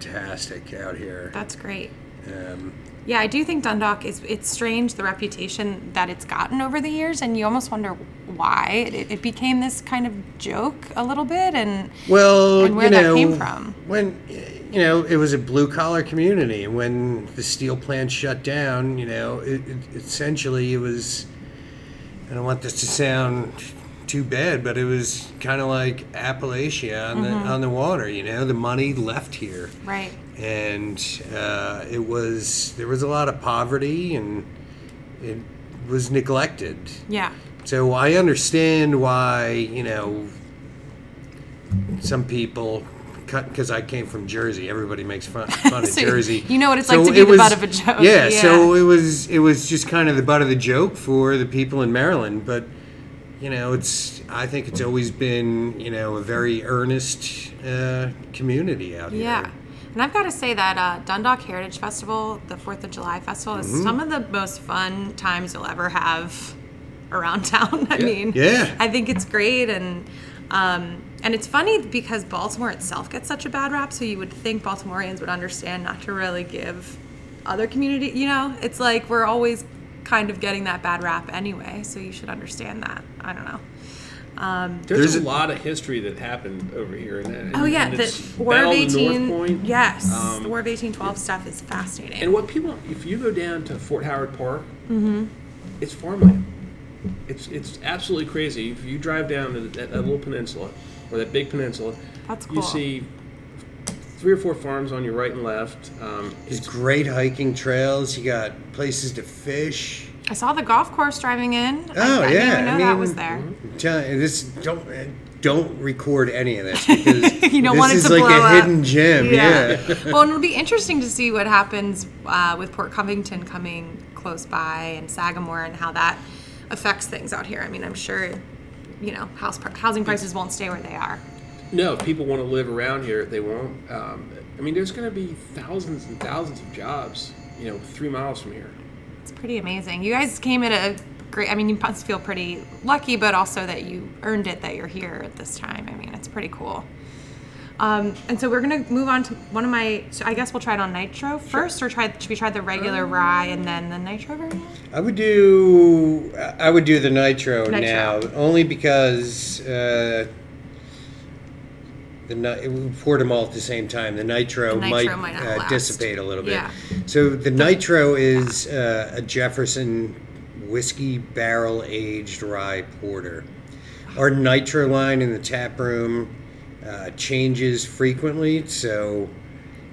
Speaker 3: fantastic out here.
Speaker 1: that's great.
Speaker 3: Um,
Speaker 1: Yeah, I do think Dundalk is. It's strange the reputation that it's gotten over the years, and you almost wonder why it, it became this kind of joke a little bit. And
Speaker 3: well,
Speaker 1: And where
Speaker 3: you
Speaker 1: that
Speaker 3: know,
Speaker 1: came from.
Speaker 3: when you know it was a blue collar community, and when the steel plant shut down, you know, it, it, essentially it was. I don't want this to sound too bad, but it was kind of like Appalachia on
Speaker 1: Mm-hmm.
Speaker 3: the on the water. You know, the money left here.
Speaker 1: right,
Speaker 3: and uh, it was there was a lot of poverty and it was neglected.
Speaker 1: yeah,
Speaker 3: So I understand why you know some people because I came from Jersey, everybody makes fun, fun of
Speaker 1: So
Speaker 3: Jersey.
Speaker 1: you know what it's like to be
Speaker 3: it
Speaker 1: the butt of a joke,
Speaker 3: Yeah,
Speaker 1: yeah.
Speaker 3: so it was it was just kind of the butt of the joke for the people in Maryland, but. You know, it's. I think it's always been, you know, a very earnest uh, community out here.
Speaker 1: yeah. And I've got to say that uh, Dundalk Heritage Festival, the Fourth of July festival, is
Speaker 3: Mm-hmm.
Speaker 1: some of the most fun times you'll ever have around town. I mean,
Speaker 3: Yeah.
Speaker 1: I think it's great, and um, and it's funny because Baltimore itself gets such a bad rap. So you would think Baltimoreans would understand not to really give other community. You know, it's like we're always kind of getting that bad rap anyway. So you should understand that. I don't know. Um,
Speaker 2: There's,
Speaker 4: There's
Speaker 2: a
Speaker 4: a-
Speaker 2: lot of history that happened over here. And, and,
Speaker 1: Oh yeah,
Speaker 2: and
Speaker 1: the
Speaker 2: it's
Speaker 1: War of
Speaker 2: Battle the
Speaker 1: eighteen.
Speaker 2: North Point.
Speaker 1: Yes,
Speaker 2: Um,
Speaker 1: the War of eighteen twelve stuff is fascinating.
Speaker 2: And what people, if you go down to Fort Howard Park,
Speaker 1: Mm-hmm.
Speaker 2: it's farmland. It's it's absolutely crazy. If you drive down to that, that little peninsula or that big peninsula,
Speaker 1: That's
Speaker 2: you
Speaker 1: cool.
Speaker 2: see three or four farms on your right and left. Um,
Speaker 3: There's great hiking trails. You got places to fish.
Speaker 1: I saw the golf course driving in. I-
Speaker 3: Oh,
Speaker 1: I,
Speaker 3: yeah,
Speaker 1: didn't even know
Speaker 3: I
Speaker 1: that
Speaker 3: mean-
Speaker 1: was there.
Speaker 3: I'm telling you, this don't uh, don't record any of this because
Speaker 1: You don't
Speaker 3: this
Speaker 1: want it
Speaker 3: is
Speaker 1: to
Speaker 3: like
Speaker 1: blow
Speaker 3: a
Speaker 1: up.
Speaker 3: hidden gem.
Speaker 2: Mm-hmm.
Speaker 3: Yeah.
Speaker 1: well, and it'll be interesting to see what happens uh, with Port Covington coming close by and Sagamore and how that affects things out here. I mean, I'm sure, you know, house pr- housing prices won't stay where they are.
Speaker 2: no, if people want to live around here. They won't. Um, I mean, there's going to be thousands and thousands of jobs. You know, three miles from here.
Speaker 1: It's pretty amazing. You guys came at a great. I mean, you must feel pretty lucky, but also that you earned it that you're here at this time. I mean, it's pretty cool. Um, and so we're gonna move on to one of my. So I guess we'll try it on nitro first, or try should we try the regular
Speaker 2: Um,
Speaker 1: rye and then the nitro version?
Speaker 3: I would do I would do the nitro,
Speaker 1: Nitro.
Speaker 3: now only because uh, the ni- we poured them all at the same time. The nitro,
Speaker 1: The nitro might not
Speaker 3: uh,
Speaker 1: last.
Speaker 3: dissipate a little bit.
Speaker 1: Yeah.
Speaker 3: So the nitro is uh, a Jefferson whiskey barrel aged rye porter. Our nitro line in the tap room uh, changes frequently, so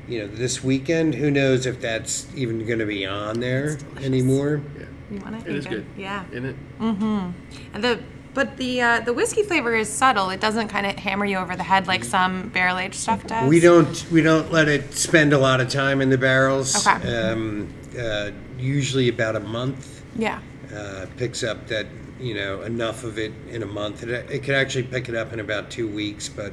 Speaker 3: you know this weekend, who knows if that's even going to be on there anymore.
Speaker 1: You want
Speaker 2: It is good.
Speaker 1: Yeah.
Speaker 2: Isn't it?
Speaker 1: And the but the uh, the whiskey flavor is subtle. It doesn't kind of hammer you over the head like
Speaker 2: Mm-hmm.
Speaker 1: some barrel aged stuff does.
Speaker 3: We don't we don't let it spend a lot of time in the barrels.
Speaker 1: Okay.
Speaker 3: Um, uh, usually about a month
Speaker 1: Yeah.
Speaker 3: uh, picks up that you know enough of it in a month. It, it can actually pick it up in about two weeks, but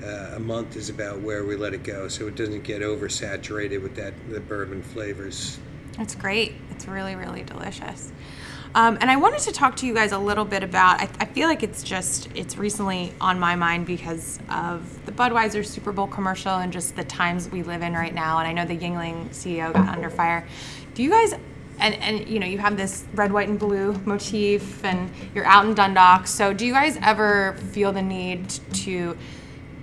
Speaker 3: uh, a month is about where we let it go, so it doesn't get oversaturated with that the bourbon flavors.
Speaker 1: It's great. It's really, really delicious. Um, and I wanted to talk to you guys a little bit about. I, I feel like it's just it's recently on my mind because of the Budweiser Super Bowl commercial and just the times we live in right now. And I know the Yingling CEO got under fire. Do you guys? And, and you know you have this red white and blue motif and you're out in dundalk so do you guys ever feel the need to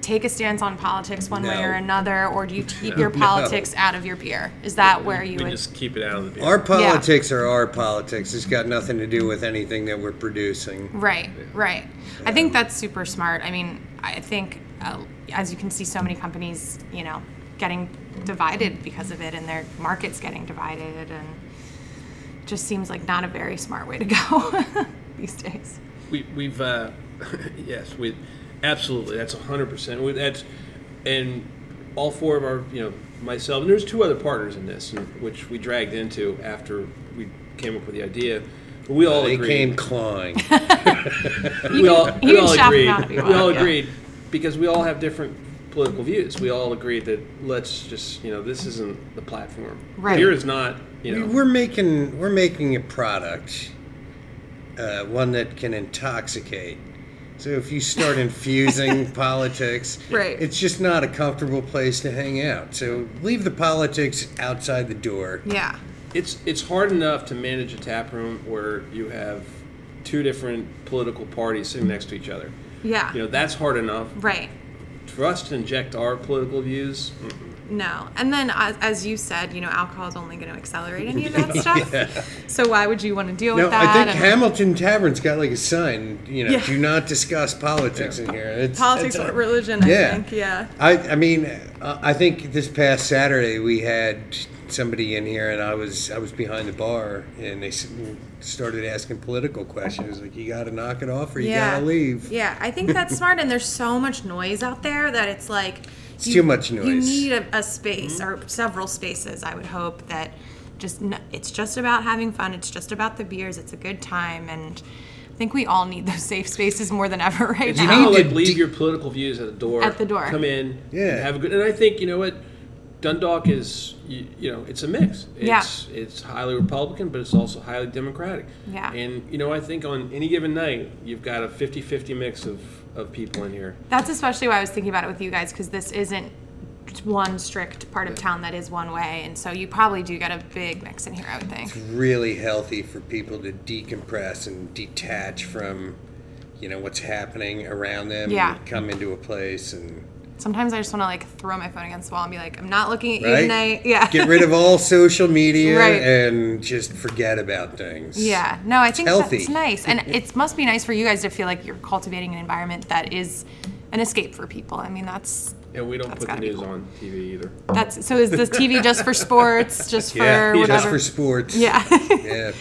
Speaker 1: take a stance on politics one way
Speaker 3: No.
Speaker 1: or another or do you keep your politics out of your beer is that where you
Speaker 2: We
Speaker 1: would
Speaker 2: just keep it out of the beer.
Speaker 3: Our politics are our politics. It's got nothing to do with anything that we're producing.
Speaker 1: Right, right. I think that's super smart. I mean, I think uh, as you can see, so many companies, you know, getting divided because of it, and their markets getting divided, and just seems like not a very smart way to go these days.
Speaker 2: We, we've uh, yes, we absolutely. That's hundred percent. That's and all four of our you know myself and there's two other partners in this, and, which we dragged into after we came up with the idea. But we all
Speaker 3: They
Speaker 2: agreed.
Speaker 3: came clawing.
Speaker 2: we all
Speaker 1: you
Speaker 2: we
Speaker 1: can
Speaker 2: all
Speaker 1: shout them
Speaker 2: agreed.
Speaker 1: out if you
Speaker 2: we all
Speaker 1: want, yeah.
Speaker 2: agreed because we all have different political views. We all agreed that let's just you know this isn't the platform.
Speaker 1: Right.
Speaker 2: Here is not you know.
Speaker 3: We're making we're making a product, uh, one that can intoxicate. So if you start infusing politics,
Speaker 1: Right.
Speaker 3: it's just not a comfortable place to hang out. So leave the politics outside the door.
Speaker 1: Yeah,
Speaker 2: It's it's hard enough to manage a tap room where you have two different political parties sitting next to each other.
Speaker 1: yeah,
Speaker 2: You know that's hard enough.
Speaker 1: right.
Speaker 2: For us to inject our political views, mm-mm.
Speaker 1: No, and then as, as you said, you know, alcohol is only going to accelerate any of that stuff. So why would you want to deal
Speaker 3: No,
Speaker 1: with that?
Speaker 3: I think
Speaker 1: And-
Speaker 3: Hamilton Tavern's got like a sign, you know,
Speaker 1: Yeah.
Speaker 3: do not discuss politics in here. It's,
Speaker 1: politics
Speaker 3: it's-
Speaker 1: or religion. I
Speaker 3: Yeah.
Speaker 1: think, yeah.
Speaker 3: I, I mean, uh, I think this past Saturday we had somebody in here, and I was I was behind the bar, and they s- started asking political questions like, "You got to knock it off, or you got to leave."
Speaker 1: Yeah, I think that's smart. And there's so much noise out there that it's like it's
Speaker 3: too much
Speaker 1: You
Speaker 3: noise.
Speaker 1: need a, a space or several spaces. I would hope that just n- it's just about having fun. It's just about the beers. It's a good time, and I think we all need those safe spaces more than ever right
Speaker 2: it's
Speaker 1: now.
Speaker 2: kind of
Speaker 3: need to
Speaker 2: like leave
Speaker 3: de-
Speaker 2: your political views at the door.
Speaker 1: At the door.
Speaker 2: come in,
Speaker 3: Yeah.
Speaker 2: and have a good. And I think you know what, Dundalk is you, you know it's a mix.
Speaker 1: Yeah.
Speaker 2: It's it's highly Republican, but it's also highly Democratic.
Speaker 1: Yeah.
Speaker 2: And you know I think on any given night you've got a 50-50 mix of of people in here.
Speaker 1: That's especially why I was thinking about it with you guys because this isn't just one strict part of town that is one way, and so you probably do get a big mix in here. I would think.
Speaker 3: Really healthy for people to decompress and detach from you know what's happening around them.
Speaker 1: Yeah.
Speaker 3: Come into a place and
Speaker 1: Sometimes I just want to like throw my phone against the wall and be like, I'm not looking at you
Speaker 3: right.
Speaker 1: tonight. Yeah.
Speaker 3: Get rid of all social media
Speaker 1: Right.
Speaker 3: and just forget about things.
Speaker 1: Yeah, no, I think
Speaker 3: healthy.
Speaker 1: that's nice, and it must be nice for you guys to feel like you're cultivating an environment that is an escape for people. I mean, that's
Speaker 2: And we don't
Speaker 1: That's
Speaker 2: put the
Speaker 1: gotta be
Speaker 2: news
Speaker 1: cool.
Speaker 2: on TV either.
Speaker 1: that's. So is this TV just for sports, just for
Speaker 3: Yeah.
Speaker 1: whatever?
Speaker 3: Just for sports.
Speaker 1: yeah.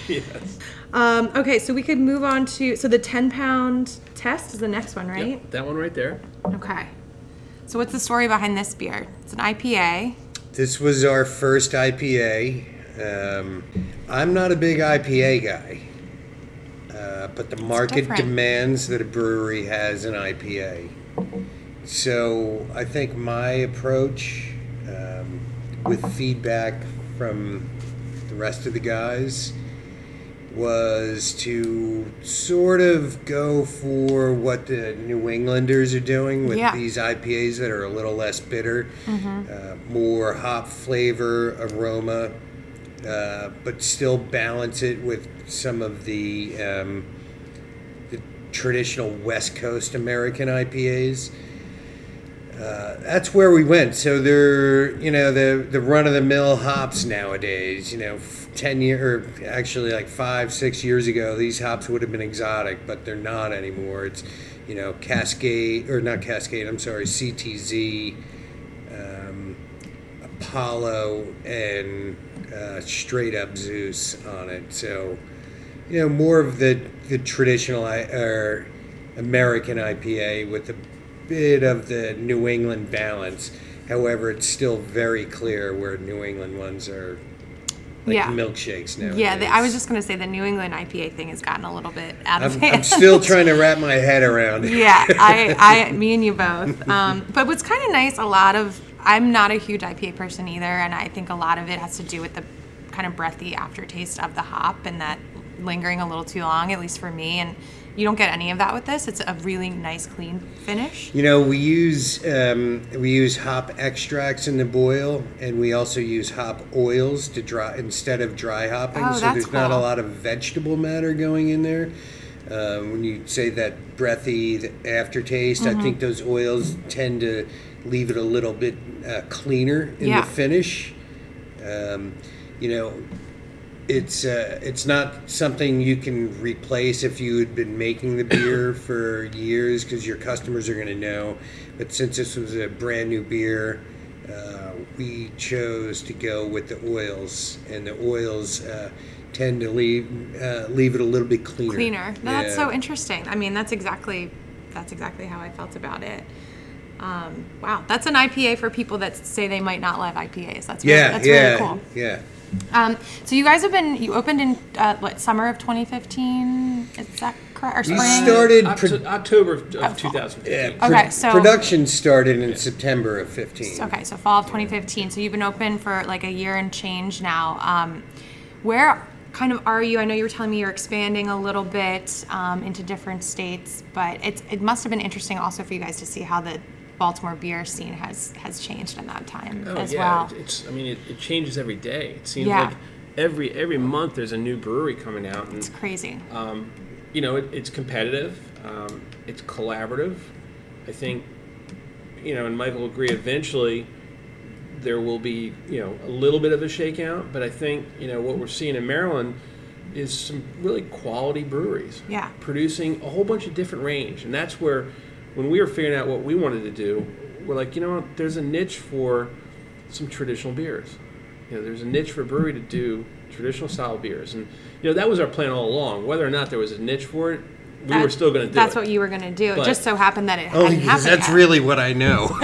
Speaker 3: Yeah.
Speaker 1: um, okay, so we could move on to so the ten pound test is the next one, right?
Speaker 2: Yep, that one right there.
Speaker 1: Okay. So what's the story behind this beer? It's an IPA.
Speaker 3: This was our first IPA. Um, I'm not a big IPA guy, uh, but the market
Speaker 1: different.
Speaker 3: demands that a brewery has an IPA. So I think my approach, um, with feedback from the rest of the guys, was to sort of go for what the New Englanders are doing with
Speaker 1: Yeah.
Speaker 3: these IPAs that are a little less bitter, uh, more hop flavor, aroma, uh, but still balance it with some of the, um, the traditional West Coast American IPAs. Uh, that's where we went. So they're, you know, the the run of the mill hops nowadays. You know, f- ten year, or actually like five, six years ago, these hops would have been exotic, but they're not anymore. It's, you know, Cascade or not Cascade. I'm sorry, CTZ, um, Apollo, and uh, straight up Zeus on it. So, you know, more of the the traditional I- or American IPA with a bit of the New England balance. However, it's still very clear where New England ones are like
Speaker 1: Yeah.
Speaker 3: milkshakes now.
Speaker 1: Yeah, the, I was just gonna say the New England IPA thing has gotten a little bit out of
Speaker 3: I'm,
Speaker 1: hand.
Speaker 3: I'm still trying to wrap my head around it.
Speaker 1: yeah, I, I, me and you both. Um, but what's kind of nice, a lot of I'm not a huge IPA person either, and I think a lot of it has to do with the kind of breathy aftertaste of the hop and that lingering a little too long, at least for me. And you don't get any of that with this. It's a really nice, clean finish.
Speaker 3: You know, we use um, we use hop extracts in the boil, and we also use hop oils to dry instead of dry hopping.
Speaker 1: Oh,
Speaker 3: so
Speaker 1: that's
Speaker 3: there's not a
Speaker 1: cool.
Speaker 3: lot of vegetable matter going in there. Uh, when you say that breathy th- aftertaste,
Speaker 1: Mm-hmm.
Speaker 3: I think those oils tend to leave it a little bit uh, cleaner in
Speaker 1: Yeah.
Speaker 3: the finish. Um, you know, it's uh, it's not something you can replace if you had been making the beer for years because your customers are going to know. But since this was a brand new beer, uh, we chose to go with the oils, and the oils uh, tend to leave uh, leave it a little bit cleaner.
Speaker 1: Cleaner. No, that's
Speaker 3: Yeah.
Speaker 1: so interesting. I mean, that's exactly, that's exactly how I felt about it. Um, wow, that's an IPA for people that say they might not love IPAs. That's really,
Speaker 3: Yeah,
Speaker 1: that's
Speaker 3: yeah,
Speaker 1: really cool.
Speaker 3: yeah.
Speaker 1: Um, so you guys have been you opened in uh, what summer of 2015? Is that correct? Or spring?
Speaker 3: We started. pro-
Speaker 2: Octo- October of, of 2015.
Speaker 3: yeah,
Speaker 1: Okay, so-
Speaker 3: production started in September of fifteen.
Speaker 1: Okay, so fall of 2015. So you've been open for like a year and change now. Um, where kind of are you? I know you were telling me you're expanding a little bit um, into different states, but it's it must have been interesting also for you guys to see how the Baltimore beer scene has has changed in that time
Speaker 2: Oh,
Speaker 1: as
Speaker 2: yeah.
Speaker 1: well.
Speaker 2: it- It's, I mean, it, it changes every day. It seems
Speaker 1: Yeah.
Speaker 2: like every every month there's a new brewery coming out, and
Speaker 1: It's crazy.
Speaker 2: um, you know, it, it's competitive. Um, it's collaborative. I think, you know, and Michael will agree. Eventually, there will be you know a little bit of a shakeout, but I think you know what we're seeing in Maryland is some really quality breweries.
Speaker 1: Yeah.
Speaker 2: producing a whole bunch of different range, and that's where when we were figuring out what we wanted to do, we're like, you know, what, there's a niche for some traditional beers. You know, there's a niche for a brewery to do traditional style beers, and you know that was our plan all along. Whether or not there was a niche for it, we were
Speaker 1: That-
Speaker 2: still going to do
Speaker 1: That's
Speaker 2: it.
Speaker 1: what you were going to do. it
Speaker 2: But-
Speaker 1: just so happened that it hadn't
Speaker 3: Only because
Speaker 1: happened
Speaker 3: Oh, that's
Speaker 1: yet.
Speaker 3: really what I know.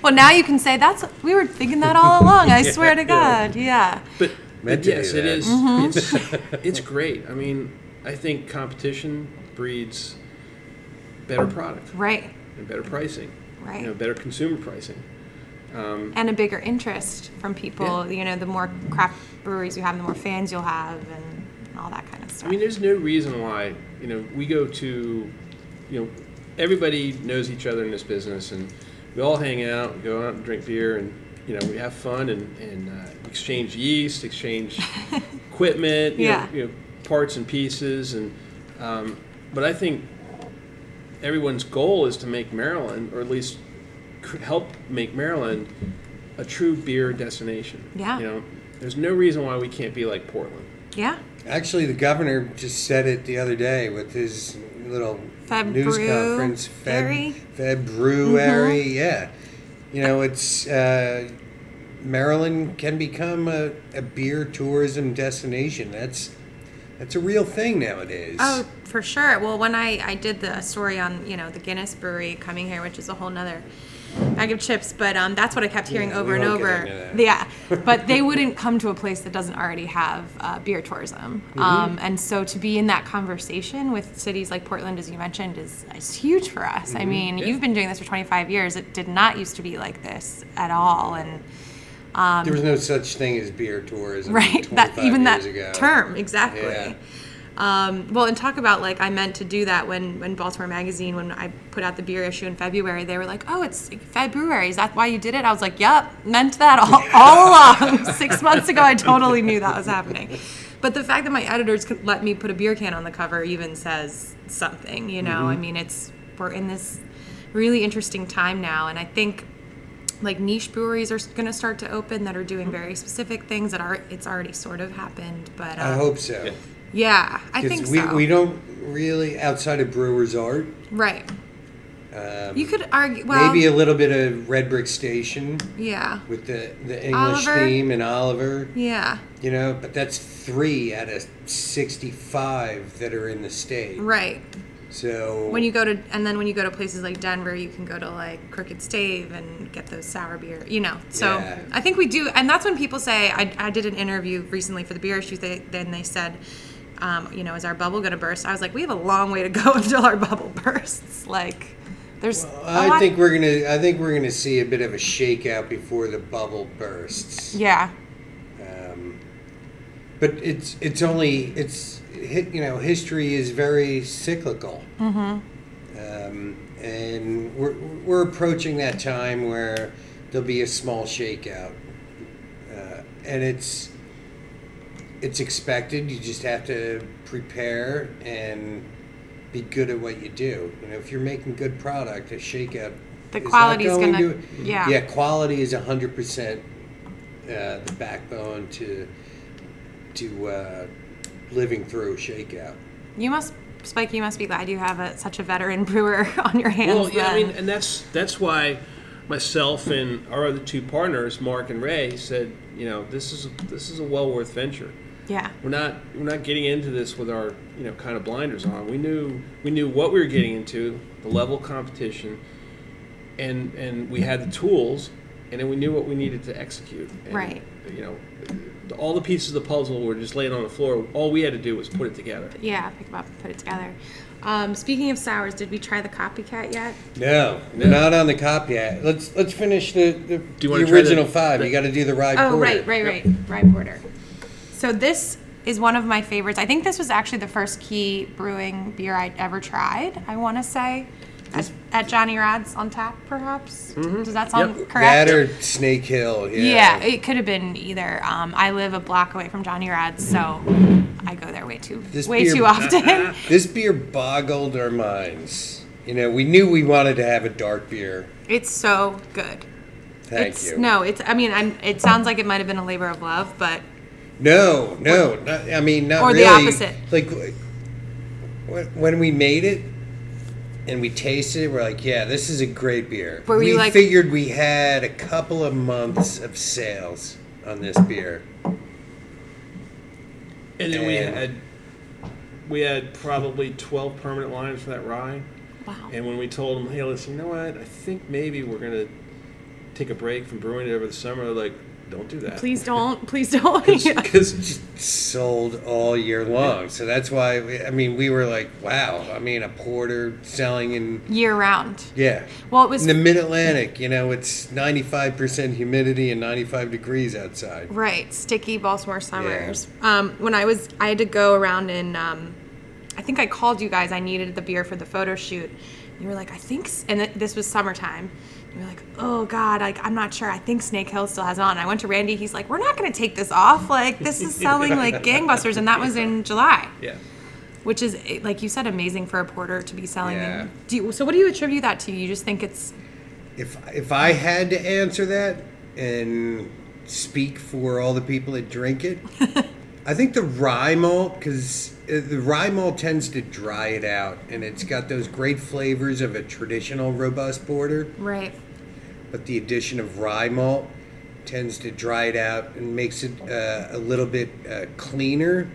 Speaker 1: Well, now you can say that's we were thinking that all along. I swear to God, yeah.
Speaker 2: But,
Speaker 3: Meant
Speaker 2: but
Speaker 3: to be
Speaker 2: yes,
Speaker 3: that.
Speaker 2: it is- It's, it's great. I mean, I think competition breeds better product
Speaker 1: Right,
Speaker 2: and better pricing,
Speaker 1: Right.
Speaker 2: You know, better consumer pricing.
Speaker 1: and a bigger interest from people. You know, the more craft breweries you have, the more fans you'll have, and, and all that kind of
Speaker 2: I
Speaker 1: stuff.
Speaker 2: mean, there's no reason why you know we go to, you know, everybody knows each other in this business, and we all hang out, we go out and drink beer, and you know we have fun and and uh, exchange yeast, exchange equipment, you know,
Speaker 1: Yeah.
Speaker 2: you know, parts and pieces, and um, but I think everyone's goal is to make Maryland, or at least cr- help make Maryland, a true beer destination.
Speaker 1: Yeah.
Speaker 2: You know, there's no reason why we can't be like Portland.
Speaker 1: Yeah.
Speaker 3: Actually, the governor just said it the other day with his little
Speaker 1: Feb
Speaker 3: news
Speaker 1: brew Mm-hmm.
Speaker 3: conference. Feb,
Speaker 1: berry?
Speaker 3: February, yeah. You know, it's uh, Maryland can become a, a beer tourism destination. That's that's a real thing nowadays.
Speaker 1: Oh, for sure. Well, when I, I did the story on, you know, the Guinness brewery coming here, which is a whole nother bag of chips, but um, that's what I kept hearing
Speaker 3: Yeah, we
Speaker 1: over and
Speaker 3: won't get
Speaker 1: over.
Speaker 3: into that.
Speaker 1: Yeah. But they wouldn't come to a place that doesn't already have uh, beer tourism.
Speaker 3: Mm-hmm.
Speaker 1: Um, and so to be in that conversation with cities like Portland, as you mentioned, is, is huge for us.
Speaker 3: Mm-hmm.
Speaker 1: I mean,
Speaker 2: Yeah.
Speaker 1: you've been doing this for 25 years. It did not used to be like this at all. And
Speaker 3: there was no such thing as beer tourism.
Speaker 1: um, right that
Speaker 3: 25
Speaker 1: even that
Speaker 3: years ago.
Speaker 1: term exactly
Speaker 3: Yeah.
Speaker 1: um, well and talk about like i meant to do that when when baltimore magazine when i put out the beer issue in february they were like oh it's february is that why you did it i was like yep meant that all, all along six months ago i totally knew that was happening but the fact that my editors could let me put a beer can on the cover even says something you know
Speaker 3: Mm-hmm.
Speaker 1: i mean it's we're in this really interesting time now and i think like niche breweries are going to start to open that are doing very specific things that are it's already sort of happened but um,
Speaker 3: I hope so.
Speaker 2: Yeah.
Speaker 1: yeah i think
Speaker 3: Because we,
Speaker 1: so
Speaker 3: we don't really, outside of brewer's art,
Speaker 1: right
Speaker 3: um,
Speaker 1: you could argue well
Speaker 3: maybe a little bit of Red Brick Station.
Speaker 1: yeah
Speaker 3: with the the English
Speaker 1: Oliver.
Speaker 3: theme and Oliver,
Speaker 1: yeah
Speaker 3: you know, but that's three out of sixty-five that are in the state.
Speaker 1: right
Speaker 3: So
Speaker 1: when you go to and then when you go to places like denver you can go to like crooked stave and get those sour beer you know so
Speaker 3: Yeah.
Speaker 1: i think we do and that's when people say i, I did an interview recently for the beer issue they, then they said um, you know is our bubble going to burst i was like we have a long way to go until our bubble bursts like there's a
Speaker 3: I
Speaker 1: lot-
Speaker 3: think we're gonna I think we're gonna see a bit of a shakeout before the bubble bursts.
Speaker 1: yeah
Speaker 3: Um, but it's it's only it's hi- you know history is very cyclical, um, and we're we're approaching that time where there'll be a small shakeout, uh, and it's it's expected. You just have to prepare and be good at what you do. You know, if you're making good product, a shakeout.
Speaker 1: The
Speaker 3: is not
Speaker 1: quality's gonna-
Speaker 3: to-
Speaker 1: yeah.
Speaker 3: Yeah, quality is hundred percent uh, the backbone to to uh, living through a shakeout.
Speaker 1: You must, Spike. You must be glad you have a, such a veteran brewer on your hands.
Speaker 2: Well, yeah, I
Speaker 1: then.
Speaker 2: mean, and that's that's why myself and our other two partners, Mark and Ray, said, you know, this is this is a well worth venture.
Speaker 1: yeah,
Speaker 2: We're not we're not getting into this with our you know kind of blinders on. We knew we knew what we were getting into, the level of competition, and and we had the tools, and then we knew what we needed to execute. And,
Speaker 1: Right.
Speaker 2: You know, all the pieces of the puzzle were just laid on the floor. All we had to do was put it together.
Speaker 1: yeah. Pick them up, and put it together. Um, speaking of sours, did we try the copycat yet?
Speaker 3: No,
Speaker 2: No.
Speaker 3: not on the cop yet. Let's let's finish the the,
Speaker 2: you
Speaker 3: the
Speaker 2: wanna try the-
Speaker 3: original five.
Speaker 2: the-
Speaker 3: you got to do the rye
Speaker 1: Oh,
Speaker 3: porter.
Speaker 1: right, right, right, rye porter. So this is one of my favorites. I think this was actually the first key brewing beer I'd ever tried. I want to say. At, at Johnny Rad's on tap, perhaps. Does that sound
Speaker 2: Mm-hmm. Yep.
Speaker 1: correct?
Speaker 3: That or Snake Hill.
Speaker 1: Yeah,
Speaker 3: Yeah.
Speaker 1: it could have been either. Um, I live a block away from Johnny Rad's, so I go there way too
Speaker 3: This
Speaker 1: way
Speaker 3: beer-
Speaker 1: too often.
Speaker 3: This beer boggled our minds. You know, we knew we wanted to have a dark beer.
Speaker 1: It's so good.
Speaker 3: Thank
Speaker 1: it's,
Speaker 3: you.
Speaker 1: No, it's. I mean, I'm. It sounds like it might have been a labor of love, but
Speaker 3: No, no. Not, I mean, not
Speaker 1: Or the
Speaker 3: really.
Speaker 1: opposite.
Speaker 3: Like when, when we made it and we tasted it, we're like, yeah, this is a great beer.
Speaker 1: Were
Speaker 3: we
Speaker 1: you like-
Speaker 3: figured we had a couple of months of sales on this beer.
Speaker 2: And then we
Speaker 3: And-
Speaker 2: had we had probably twelve permanent lines for that rye.
Speaker 1: wow.
Speaker 2: And when we told them, hey, listen, you know what? I think maybe we're gonna take a break from brewing it over the summer. They're like, don't do that.
Speaker 1: Please don't. Please don't. Yeah.
Speaker 2: Because
Speaker 3: Sold all year long. So that's why, we, I mean, we were like, wow. I mean, a porter selling in,
Speaker 1: Year round.
Speaker 3: yeah.
Speaker 1: Well, it was
Speaker 3: In the mid Atlantic, you know, it's 95% humidity and 95 degrees outside.
Speaker 1: Right, sticky Baltimore summers. Um, when I was, I had to go around and um, I think I called you guys. I needed the beer for the photo shoot. You were like, I think, s- and th- this was summertime. You were like, oh God, like I'm not sure. I think Snake Hill still has it on. And I went to Randy. He's like, we're not gonna take this off. Like this is selling like gangbusters, and that was in July.
Speaker 2: yeah,
Speaker 1: which is eh, like you said, amazing for a porter to be selling.
Speaker 3: Yeah.
Speaker 1: them. Do you, so, what do you attribute that to? You just think it's
Speaker 3: If if I had to answer that and speak for all the people that drink it, I think the rye malt because the rye malt tends to dry it out, and it's got those great flavors of a traditional robust porter,
Speaker 1: right?
Speaker 3: but the addition of rye malt tends to dry it out and makes it uh, a little bit uh, cleaner,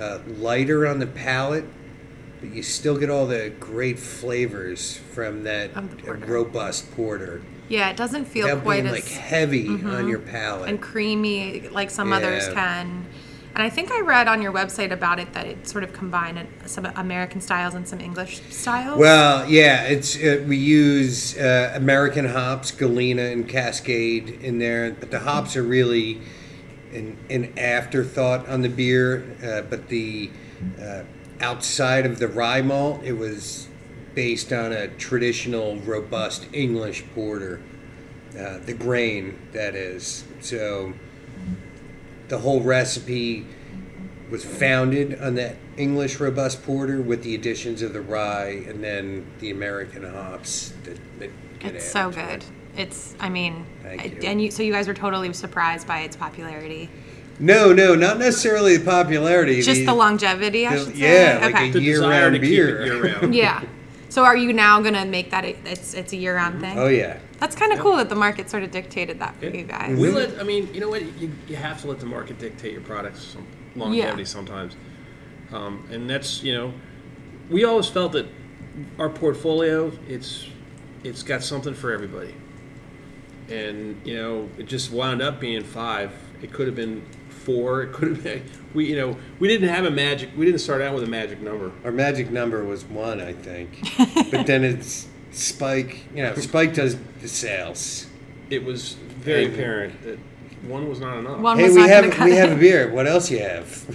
Speaker 3: uh, lighter on the palate. But you still get all the great flavors from that
Speaker 1: Of the porter.
Speaker 3: robust porter
Speaker 1: Yeah, it doesn't feel
Speaker 3: without
Speaker 1: quite
Speaker 3: being
Speaker 1: as Mm-hmm.
Speaker 3: like heavy on your palate.
Speaker 1: and creamy like some others
Speaker 3: Yeah.
Speaker 1: can. And I think I read on your website about it that it sort of combined it- some American styles and some English styles.
Speaker 3: well, yeah, it's uh, we use uh, American hops, Galena and Cascade in there, but the hops are really an, an afterthought on the beer. Uh, but the uh, outside of the rye malt, it was based on a traditional robust English porter, uh, the grain that is. So the whole recipe was founded on that English robust porter with the additions of the rye and then the American hops that, that get
Speaker 1: it's so
Speaker 3: added to
Speaker 1: good.
Speaker 3: it.
Speaker 1: It's, I mean,
Speaker 3: Thank
Speaker 1: it-
Speaker 3: you.
Speaker 1: and you, so you guys were totally surprised by its popularity.
Speaker 3: No, no, not necessarily the popularity.
Speaker 1: Just the longevity, I
Speaker 3: the-
Speaker 1: should
Speaker 3: yeah,
Speaker 1: say.
Speaker 3: like
Speaker 1: okay.
Speaker 3: a
Speaker 2: The desire
Speaker 3: Year-round
Speaker 2: to keep
Speaker 3: beer.
Speaker 2: it year-round.
Speaker 1: yeah. So are you now gonna make that? A, it's it's a year round thing.
Speaker 3: Oh yeah.
Speaker 1: That's kind of cool that the market sort of dictated that for you guys.
Speaker 2: We let, I mean, you know what? You, you have to let the market dictate your products some longevity
Speaker 1: Yeah.
Speaker 2: sometimes. Um, and that's, you know, we always felt that our portfolio, it's it's got something for everybody. And, you know, it just wound up being five. It could have been four. It could have been, we, you know, we didn't have a magic, we didn't start out with a magic number.
Speaker 3: Our magic number was one, I think. but then it's Spike. You know, Spike does the sales.
Speaker 2: It was very
Speaker 3: Hey.
Speaker 2: apparent that one was not enough.
Speaker 1: One
Speaker 3: Hey,
Speaker 1: was
Speaker 3: we
Speaker 1: not
Speaker 3: have
Speaker 1: gonna cut
Speaker 3: we
Speaker 1: it.
Speaker 3: have a beer. What else you have?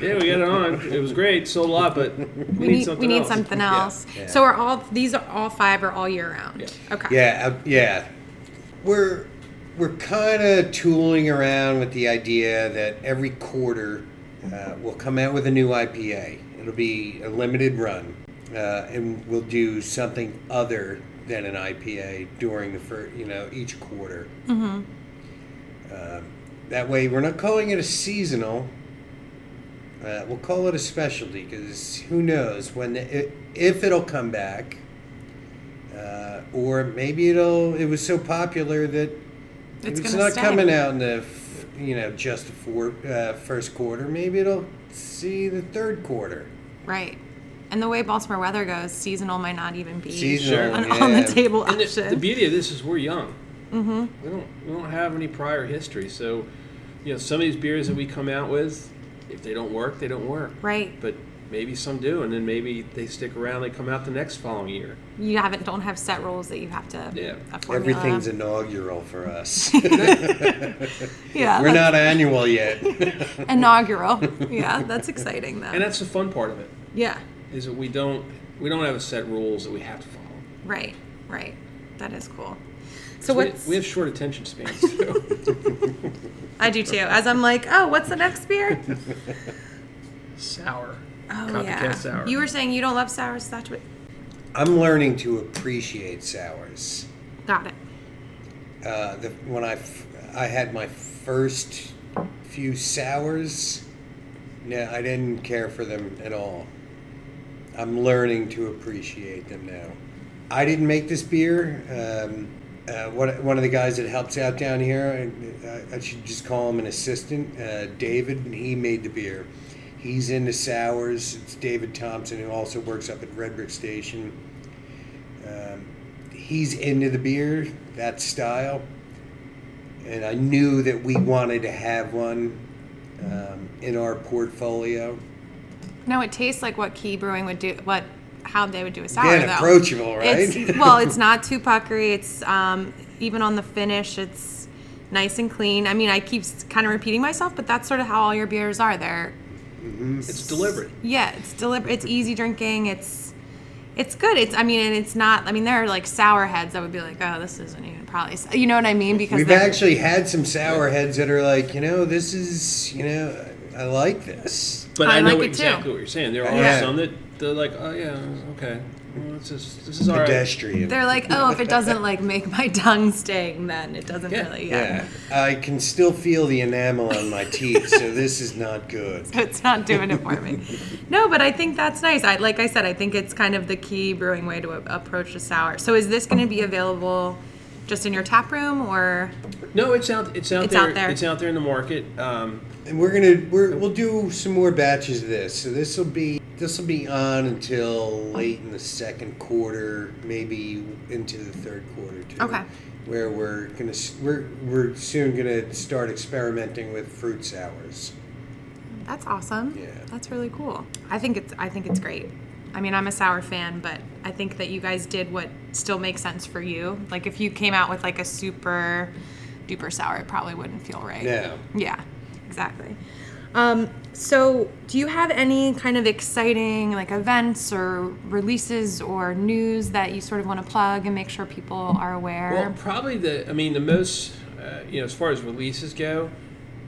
Speaker 2: Yeah, we got it on. It was great. Sold a lot, but we,
Speaker 1: we
Speaker 2: need,
Speaker 1: need,
Speaker 2: something
Speaker 1: we need
Speaker 2: else.
Speaker 1: something
Speaker 2: Yeah.
Speaker 1: else.
Speaker 3: Yeah.
Speaker 1: So are all these are all five are all year round.
Speaker 2: Yeah.
Speaker 1: Okay.
Speaker 3: Yeah, uh, yeah. We're we're kind of tooling around with the idea that every quarter uh, we'll come out with a new IPA. It'll be a limited run, uh, and we'll do something other than an IPA during the first, you know, each quarter. Mm-hmm. that way, we're not calling it a seasonal. Uh, we'll call it a specialty because who knows when the, i- if it'll come back uh, or maybe it'll it was so popular that
Speaker 1: It's
Speaker 3: it's,
Speaker 1: gonna
Speaker 3: not
Speaker 1: stay.
Speaker 3: coming out in the f- you know just the four, uh, first quarter maybe it'll see the third quarter
Speaker 1: Right. And the way Baltimore weather goes, seasonal might not even be
Speaker 3: Seasonal,
Speaker 1: an on the
Speaker 3: yeah.
Speaker 1: table
Speaker 2: And the,
Speaker 1: option.
Speaker 2: the beauty of this is we're young. Mm-hmm. We don't we don't have any prior history, so you know some of these beers that we come out with, if they don't work, they don't work.
Speaker 1: right.
Speaker 2: But maybe some do, and then maybe they stick around. They come out the next following year.
Speaker 1: You haven't don't have set rules that you have to uh,
Speaker 2: Yeah.
Speaker 1: a formula.
Speaker 3: everything's inaugural for us
Speaker 1: yeah,
Speaker 3: we're
Speaker 1: that's
Speaker 3: not annual yet
Speaker 1: inaugural. yeah, that's exciting though.
Speaker 2: And that's the fun part of it
Speaker 1: yeah.
Speaker 2: is that we don't we don't have a set rules that we have to follow.
Speaker 1: Right. Right. That is cool. So
Speaker 2: we,
Speaker 1: what's
Speaker 2: we have short attention spans too.
Speaker 1: I do too. As I'm like, oh, what's the next beer?
Speaker 2: sour.
Speaker 1: Oh
Speaker 2: Copycat
Speaker 1: yeah.
Speaker 2: sour.
Speaker 1: You were saying you don't love sours, that's what
Speaker 3: i'm learning to appreciate sours
Speaker 1: got it.
Speaker 3: uh, the, when I, f- I had my first few sours, no, I didn't care for them at all. I'm learning to appreciate them now. I didn't make this beer. Um, uh, one, one of the guys that helps out down here, uh, I, I should just call him an assistant, uh, David, and he made the beer. He's into sours. It's David Thompson, who also works up at Red Brick Station. Um, he's into the beer, that style. And I knew that we wanted to have one um, in our portfolio.
Speaker 1: No, it tastes like what Key Brewing would do, what how they would do a sour
Speaker 3: Again,
Speaker 1: though.
Speaker 3: approachable, right?
Speaker 1: It's, well, it's not too puckery. It's um, even on the finish, it's nice and clean. I mean, I keep kind of repeating myself, but that's sort of how all your beers are. They're
Speaker 2: It's deliberate.
Speaker 1: yeah, it's deliberate. It's easy drinking. It's it's good. It's I mean, and it's not. I mean, there are like sour heads that would be like, oh, this isn't even probably. s-" You know what I mean? Because
Speaker 3: We've
Speaker 1: they're-
Speaker 3: actually had some sour heads that are like, you know, this is, you know, I like this.
Speaker 2: But
Speaker 1: I
Speaker 2: I, know
Speaker 1: like it
Speaker 2: exactly
Speaker 1: too.
Speaker 2: what you're saying. There are
Speaker 3: Yeah.
Speaker 2: some that they're like, oh yeah, okay, well, this is this is all right.
Speaker 3: pedestrian.
Speaker 1: They're like, oh, if it doesn't like make my tongue sting, then it doesn't
Speaker 2: Yeah.
Speaker 1: really. Yeah.
Speaker 3: Yeah, I can still feel the enamel on my teeth, so this is not good.
Speaker 1: It's not doing it for me. No, but I think that's nice. I like I said, I think it's kind of the key brewing way to a- approach the sour. So is this going to be available just in your tap room or?
Speaker 2: No, it's out. It's out,
Speaker 1: It's
Speaker 2: there,
Speaker 1: out there.
Speaker 2: It's out there in the market. Um,
Speaker 3: And we're gonna we're, we'll do some more batches of this. So this will be this will be on until late in the second quarter, maybe into the third quarter too.
Speaker 1: Okay.
Speaker 3: Where we're gonna s- we're we're soon gonna start experimenting with fruit sours.
Speaker 1: That's awesome.
Speaker 3: Yeah.
Speaker 1: That's really cool. I think it's I think it's great. I mean, I'm a sour fan, but I think that you guys did what still makes sense for you. Like if you came out with like a super duper sour, it probably wouldn't feel right.
Speaker 3: Now,
Speaker 1: Yeah, exactly. Um, so, do you have any kind of exciting like events or releases or news that you sort of want to plug and make sure people are
Speaker 2: well,
Speaker 1: aware?
Speaker 2: probably the. I mean, the most. Uh, you know, as far as releases go,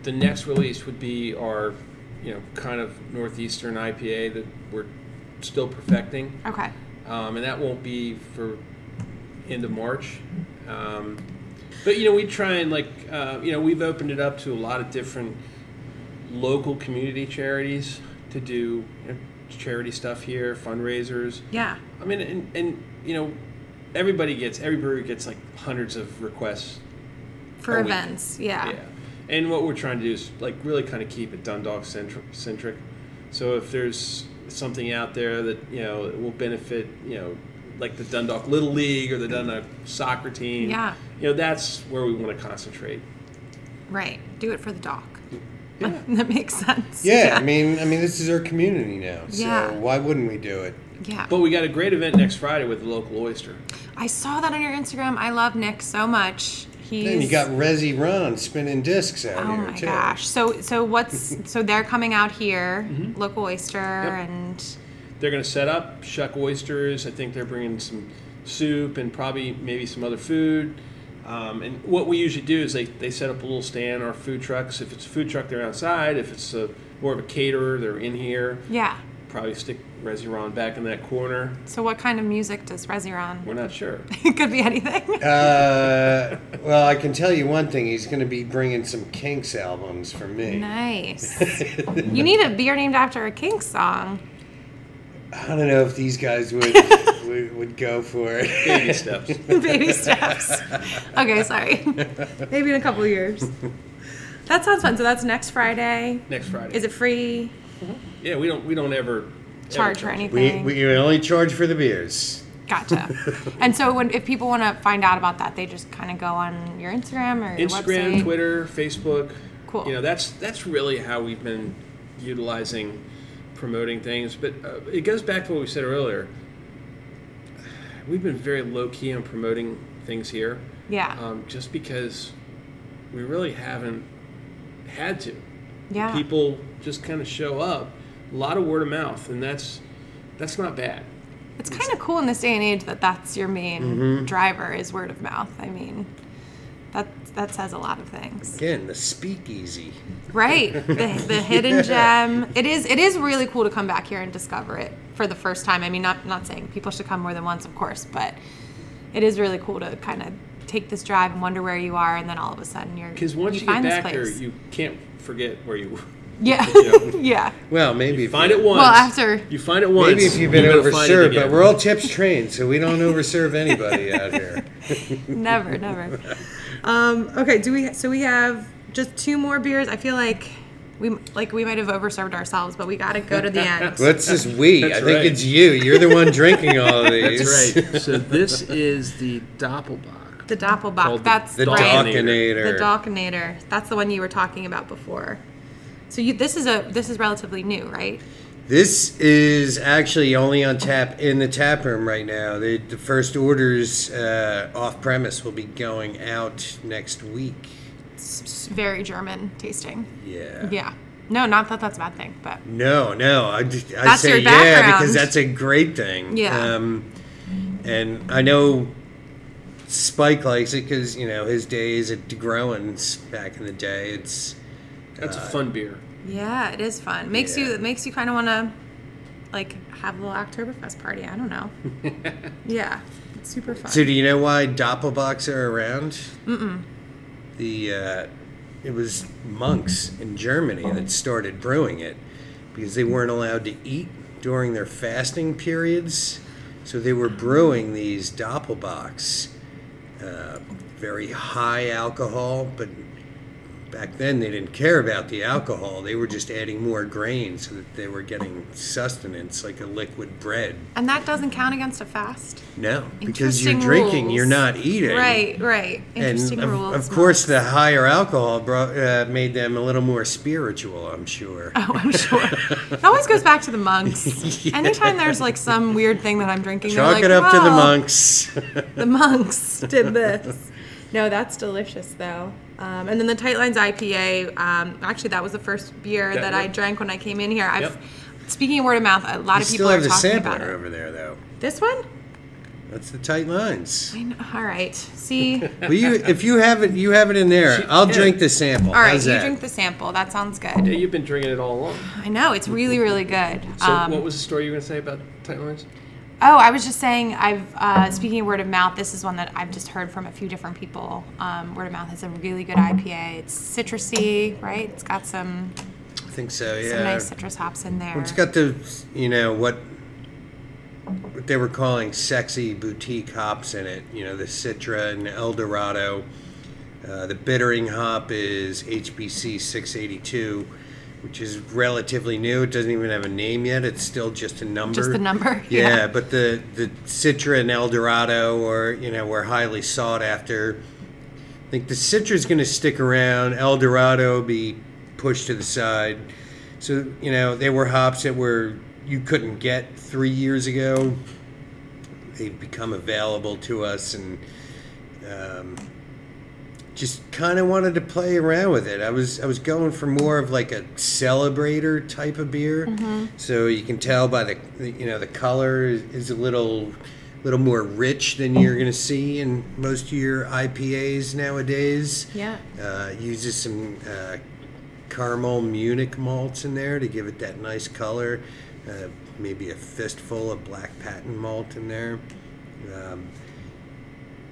Speaker 2: the next release would be our, you know, kind of northeastern IPA that we're still perfecting.
Speaker 1: okay.
Speaker 2: um, and that won't be for end of March. Um, but you know, we try and like uh, you know we've opened it up to a lot of different local community charities to do you know, charity stuff here, fundraisers.
Speaker 1: Yeah.
Speaker 2: I mean, and, and you know, everybody gets every brewery gets like hundreds of requests.
Speaker 1: For
Speaker 2: A week.
Speaker 1: events. Yeah.
Speaker 2: Yeah, and what we're trying to do is like really kind of keep it Dundalk centric. centric. So if there's something out there that you know will benefit, you know, like the Dundalk Little League or the Dundalk soccer team,
Speaker 1: Yeah.
Speaker 2: you know, that's where we want to concentrate.
Speaker 1: Right. Do it for the doc. that makes sense.
Speaker 3: yeah, I mean, I mean, this is our community now, so
Speaker 1: Yeah.
Speaker 3: why wouldn't we do it?
Speaker 1: Yeah.
Speaker 2: But we got a great event next Friday with the local oyster.
Speaker 1: I saw that on your Instagram. I love Nick so much. He's
Speaker 3: Then you got Resi Ron spinning discs out
Speaker 1: Oh
Speaker 3: here
Speaker 1: my
Speaker 3: too.
Speaker 1: gosh. So so what's so they're coming out here,
Speaker 3: Mm-hmm.
Speaker 1: local oyster
Speaker 2: Yep.
Speaker 1: and
Speaker 2: They're going to set up shuck oysters. I think they're bringing some soup and probably maybe some other food. Um, and what we usually do is they, they set up a little stand or food trucks. If it's a food truck, they're outside. If it's a, more of a caterer, they're in here.
Speaker 1: yeah.
Speaker 2: Probably stick Resiron back in that corner.
Speaker 1: So what kind of music does Resi Ron?
Speaker 2: We're not sure.
Speaker 1: It could be anything.
Speaker 3: Uh, well, I can tell you one thing. He's going to be bringing some Kinks albums for me.
Speaker 1: nice. you need a beer named after a Kinks song.
Speaker 3: I don't know if these guys would would, would go for it.
Speaker 2: Baby steps.
Speaker 1: Baby steps. Okay, sorry. Maybe in a couple years. That sounds fun. So that's next Friday.
Speaker 2: Next Friday.
Speaker 1: Is it free?
Speaker 2: Yeah, we don't we don't ever ever
Speaker 1: Charge for
Speaker 3: We
Speaker 1: anything?
Speaker 3: we can only charge for the beers.
Speaker 1: Gotcha. and so, when if people want to find out about that, they just kind of go on your Instagram or your
Speaker 2: Instagram,
Speaker 1: website?
Speaker 2: Twitter, Facebook.
Speaker 1: Cool.
Speaker 2: You know, that's that's really how we've been utilizing promoting things. But uh, it goes back to what we said earlier. We've been very low key on promoting things here,
Speaker 1: Yeah.
Speaker 2: um, just because we really haven't had to.
Speaker 1: yeah.
Speaker 2: People just kind of show up. A lot of word of mouth, and that's that's not bad.
Speaker 1: it's kind of cool in this day and age that that's your main driver is word of mouth. I mean, that that says a lot of things,
Speaker 3: Again, the speakeasy.
Speaker 1: right? The, the hidden gem. It is it is really cool to come back here and discover it for the first time. I mean, not not saying people should come more than once, of course, but it is really cool to kind of take this drive and wonder where you are, and then all of a sudden you're
Speaker 2: Because once you, get
Speaker 1: find
Speaker 2: back
Speaker 1: this
Speaker 2: there,
Speaker 1: place.
Speaker 2: you can't forget where you were.
Speaker 1: yeah
Speaker 2: Yeah.
Speaker 1: yeah.
Speaker 3: Well, maybe if
Speaker 2: Find
Speaker 3: you-
Speaker 2: it once.
Speaker 1: after-
Speaker 2: you find it once,
Speaker 3: Maybe if you've been
Speaker 2: you're gonna find it
Speaker 3: overserved, but
Speaker 2: again.
Speaker 3: we're all tips trained, so we don't overserve anybody out here.
Speaker 1: never, never. Um, okay, do we? So we have just two more beers. I feel like we like we might have overserved ourselves, but we got to go to the end.
Speaker 3: What's this we? I
Speaker 2: That's
Speaker 3: think
Speaker 2: right.
Speaker 3: it's you. You're the one drinking all of these.
Speaker 2: That's right. So this is the Doppelbach.
Speaker 1: The
Speaker 2: Called
Speaker 1: Doppelbach.
Speaker 2: the
Speaker 1: That's
Speaker 3: The
Speaker 1: right.
Speaker 2: Doc-
Speaker 3: Dockinator.
Speaker 1: The Dockinator. That's the one you were talking about before. So you, this is a this is relatively new, right?
Speaker 3: This is actually only on tap in the tap room right now. The, the first orders uh, off premise will be going out next week.
Speaker 1: It's s- very German tasting.
Speaker 3: Yeah.
Speaker 1: Yeah. No, not that that's a bad thing, but
Speaker 3: No, no. I, I say
Speaker 1: your
Speaker 3: yeah
Speaker 1: background.
Speaker 3: because that's a great thing.
Speaker 1: Yeah.
Speaker 3: Um, and I know Spike likes it because you know his days at DeGroen's back in the day. It's
Speaker 2: That's a fun beer.
Speaker 1: Yeah, it is fun. Makes
Speaker 3: Yeah.
Speaker 1: you it makes you kind of want to like have a little Oktoberfest party. I don't know. yeah, it's super fun.
Speaker 3: So do you know why doppelbocks are around? Mm-mm. The uh, it was monks in Germany that started brewing it because they weren't allowed to eat during their fasting periods, so they were brewing these doppelbocks, uh, very high alcohol, but. Back then, they didn't care about the alcohol. They were just adding more grain so that they were getting sustenance like a liquid bread.
Speaker 1: and that doesn't count against a fast.
Speaker 3: No, because you're
Speaker 1: Interesting
Speaker 3: drinking, you're
Speaker 1: rules.
Speaker 3: not eating.
Speaker 1: Right, right. Interesting
Speaker 3: and of,
Speaker 1: rules.
Speaker 3: of course, the higher alcohol brought, uh, made them a little more spiritual. I'm sure.
Speaker 1: Oh, I'm sure. It always goes back to the monks. Anytime there's like some weird thing that I'm drinking, they're
Speaker 3: Chalk
Speaker 1: like,
Speaker 3: it up to the
Speaker 1: "Well,
Speaker 3: monks.
Speaker 1: The monks did this. No, that's delicious though. Um, and then the Tight Lines IPA. Um, actually, that was the first beer
Speaker 2: Yeah,
Speaker 1: that I
Speaker 2: yep.
Speaker 1: drank when I came in here. I've
Speaker 2: Yep.
Speaker 1: speaking of word of mouth, a lot
Speaker 3: you
Speaker 1: of people
Speaker 3: still have
Speaker 1: are
Speaker 3: the
Speaker 1: talking about
Speaker 3: sampler
Speaker 1: it.
Speaker 3: over there, though.
Speaker 1: This one.
Speaker 3: That's the tight lines.
Speaker 1: I know. All right. See.
Speaker 3: Well, you if you have it, you have it in there. I'll
Speaker 2: yeah.
Speaker 3: drink the sample.
Speaker 1: All right.
Speaker 3: How's
Speaker 1: you
Speaker 3: that?
Speaker 1: drink the sample. That sounds
Speaker 2: Yeah,
Speaker 1: good.
Speaker 2: you've been drinking it all along.
Speaker 1: I know. It's really, really good. Um,
Speaker 2: So, what was the story you were going to say about tight lines?
Speaker 1: Oh, I was just saying. I've uh, speaking of word of mouth. This is one that I've just heard from a few different people. Um, word of mouth is a really good IPA. It's citrusy, right? It's got some
Speaker 3: I think so. Yeah.
Speaker 1: some nice citrus hops in there.
Speaker 3: It's got the, you know, what what they were calling sexy boutique hops in it. You know, the Citra and El Dorado. Uh, the bittering hop is HBC 682, which is relatively new. It doesn't even have a name yet. It's still just a number.
Speaker 1: Just the number,
Speaker 3: Yeah,
Speaker 1: yeah.
Speaker 3: but the the Citra and El Dorado are you know were highly sought after. I think the Citra's going to stick around. El Dorado be pushed to the side. So you know they were hops that were you couldn't get three years ago. They've become available to us, and um, just kind of wanted to play around with it. I was I was going for more of like a celebrator type of beer. So you can tell by the you know the color is, is a little little more rich than you're going to see in most of your IPAs nowadays.
Speaker 1: Yeah.
Speaker 3: Uh, uses some uh, caramel Munich malts in there to give it that nice color. Uh, maybe a fistful of black patent malt in there. Um,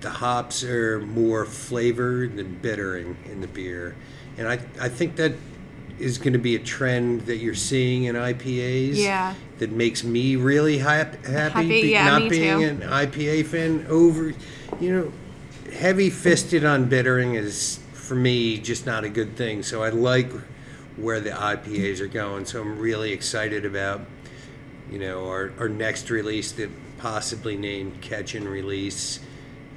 Speaker 3: the hops are more flavored than bittering in the beer. And I, I think that is going to be a trend that you're seeing in IPAs.
Speaker 1: Yeah.
Speaker 3: That makes me really hap- happy,
Speaker 1: Happy, yeah,
Speaker 3: not
Speaker 1: me
Speaker 3: being
Speaker 1: too.
Speaker 3: an IPA fan over, you know, heavy fisted on bittering is for me just not a good thing. So I like where the IPAs are going. So I'm really excited about, you know, our, our next release that possibly named Catch and Release.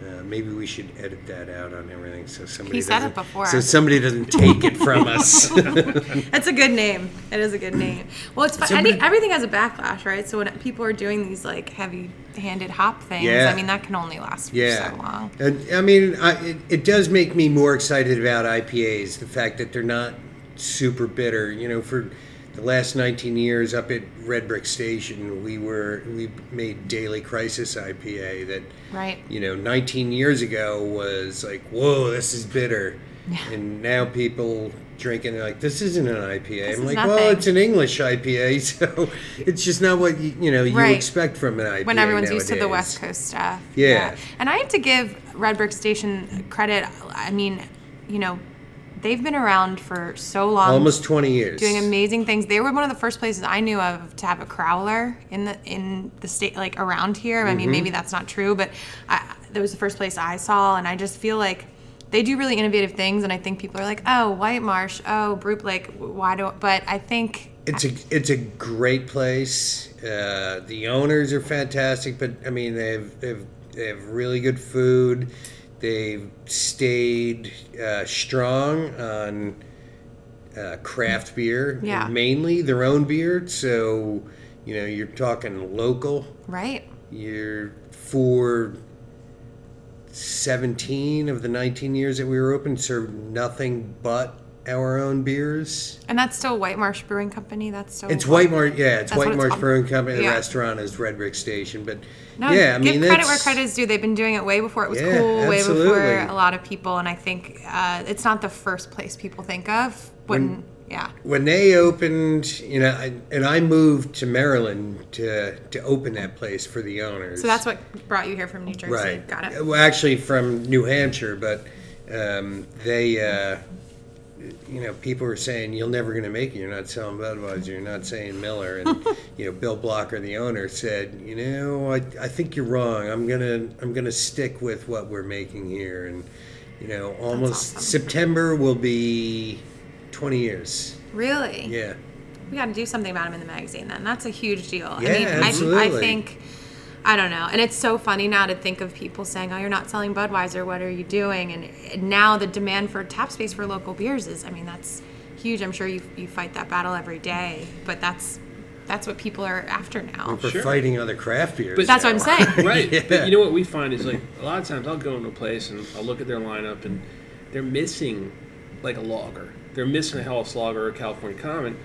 Speaker 3: Uh, maybe we should edit that out on everything so somebody
Speaker 1: He said
Speaker 3: doesn't-
Speaker 1: it before.
Speaker 3: so somebody doesn't take it from us.
Speaker 1: That's a good name. It is a good name. Well, it's fun.
Speaker 3: Somebody-
Speaker 1: Any, everything has a backlash, right? So when people are doing these like heavy-handed hop things,
Speaker 3: Yeah.
Speaker 1: I mean that can only last for
Speaker 3: Yeah.
Speaker 1: so uh, long.
Speaker 3: And, I mean, I, it, it does make me more excited about IPAs, the fact that they're not super bitter. You know, for the last 19 years up at Red Brick Station, we were, we made Daily Crisis IPA that,
Speaker 1: Right.
Speaker 3: you know, 19 years ago was like, whoa, this is bitter. And now people drinking they're like this isn't an IPA.
Speaker 1: is
Speaker 3: I'm like, well,
Speaker 1: nothing."
Speaker 3: it's an English IPA, so it's just not what you, you know you
Speaker 1: Right.
Speaker 3: expect from an IPA.
Speaker 1: when everyone's used to the
Speaker 3: nowadays.
Speaker 1: West Coast stuff.
Speaker 3: Yeah.
Speaker 1: And I have to give Red Brick Station credit. I mean, you know, they've been around for so long.
Speaker 3: almost 20 years
Speaker 1: Um, Doing amazing things. They were one of the first places I knew of to have a crowler in the in the state, like around here. I mean,
Speaker 3: Mm-hmm.
Speaker 1: maybe that's not true, but I, that was the first place I saw, and I just feel like they do really innovative things. And I think people are like, "Oh, White Marsh, oh, Broop Lake, why do?" But I think
Speaker 3: it's a it's a great place uh, the owners are fantastic but i mean they've they've they have really good food they've stayed uh, strong on uh, craft beer
Speaker 1: Yeah.
Speaker 3: mainly their own beer so you know you're talking local
Speaker 1: right,
Speaker 3: you're for 17 of the 19 years that we were open served nothing but our own beers
Speaker 1: and that's still White Marsh Brewing Company. That's still
Speaker 3: It's White Marsh,
Speaker 1: Oh,
Speaker 3: yeah. It's
Speaker 1: That's
Speaker 3: White
Speaker 1: what it's
Speaker 3: Marsh
Speaker 1: called.
Speaker 3: Brewing Company. The
Speaker 1: Yeah.
Speaker 3: restaurant is Red Brick Station, but
Speaker 1: No,
Speaker 3: yeah, I
Speaker 1: give
Speaker 3: mean,
Speaker 1: credit
Speaker 3: that's,
Speaker 1: where credit is due. They've been doing it way before it was
Speaker 3: Yeah,
Speaker 1: cool, way
Speaker 3: absolutely.
Speaker 1: before a lot of people, and I think uh, it's not the first place people think of when,
Speaker 3: When-
Speaker 1: Yeah.
Speaker 3: when they opened, you know, I, and I moved to Maryland to to open that place for the owners.
Speaker 1: So that's what brought you here from New Jersey.
Speaker 3: right.
Speaker 1: Got it.
Speaker 3: Well, actually, from New Hampshire, but um, they, uh, you know, people were saying you're never going to make it. You're not selling Budweiser. You're not saying Miller. And you know, Bill Blocker, the owner, said, you know, I, I think you're wrong. I'm gonna I'm gonna stick with what we're making here. And you know, almost
Speaker 1: awesome.
Speaker 3: September will be 20 years.
Speaker 1: Really?
Speaker 3: Yeah.
Speaker 1: we got to do something about him in the magazine then that's a huge deal
Speaker 3: Yeah,
Speaker 1: i mean I, I
Speaker 3: absolutely.
Speaker 1: think i don't know and it's so funny now to think of people saying oh you're not selling budweiser what are you doing and and now the demand for tap space for local beers is i mean that's huge i'm sure you, you fight that battle every day but that's that's what people are after now
Speaker 3: for
Speaker 2: Sure.
Speaker 3: fighting other craft beers.
Speaker 2: But-
Speaker 1: that's what i'm saying
Speaker 2: right.
Speaker 3: Yeah.
Speaker 2: But you know what we find is like a lot of times I'll go into a place and I'll look at their lineup and they're missing like a logger. They're missing a Hellas Lager or a California Common.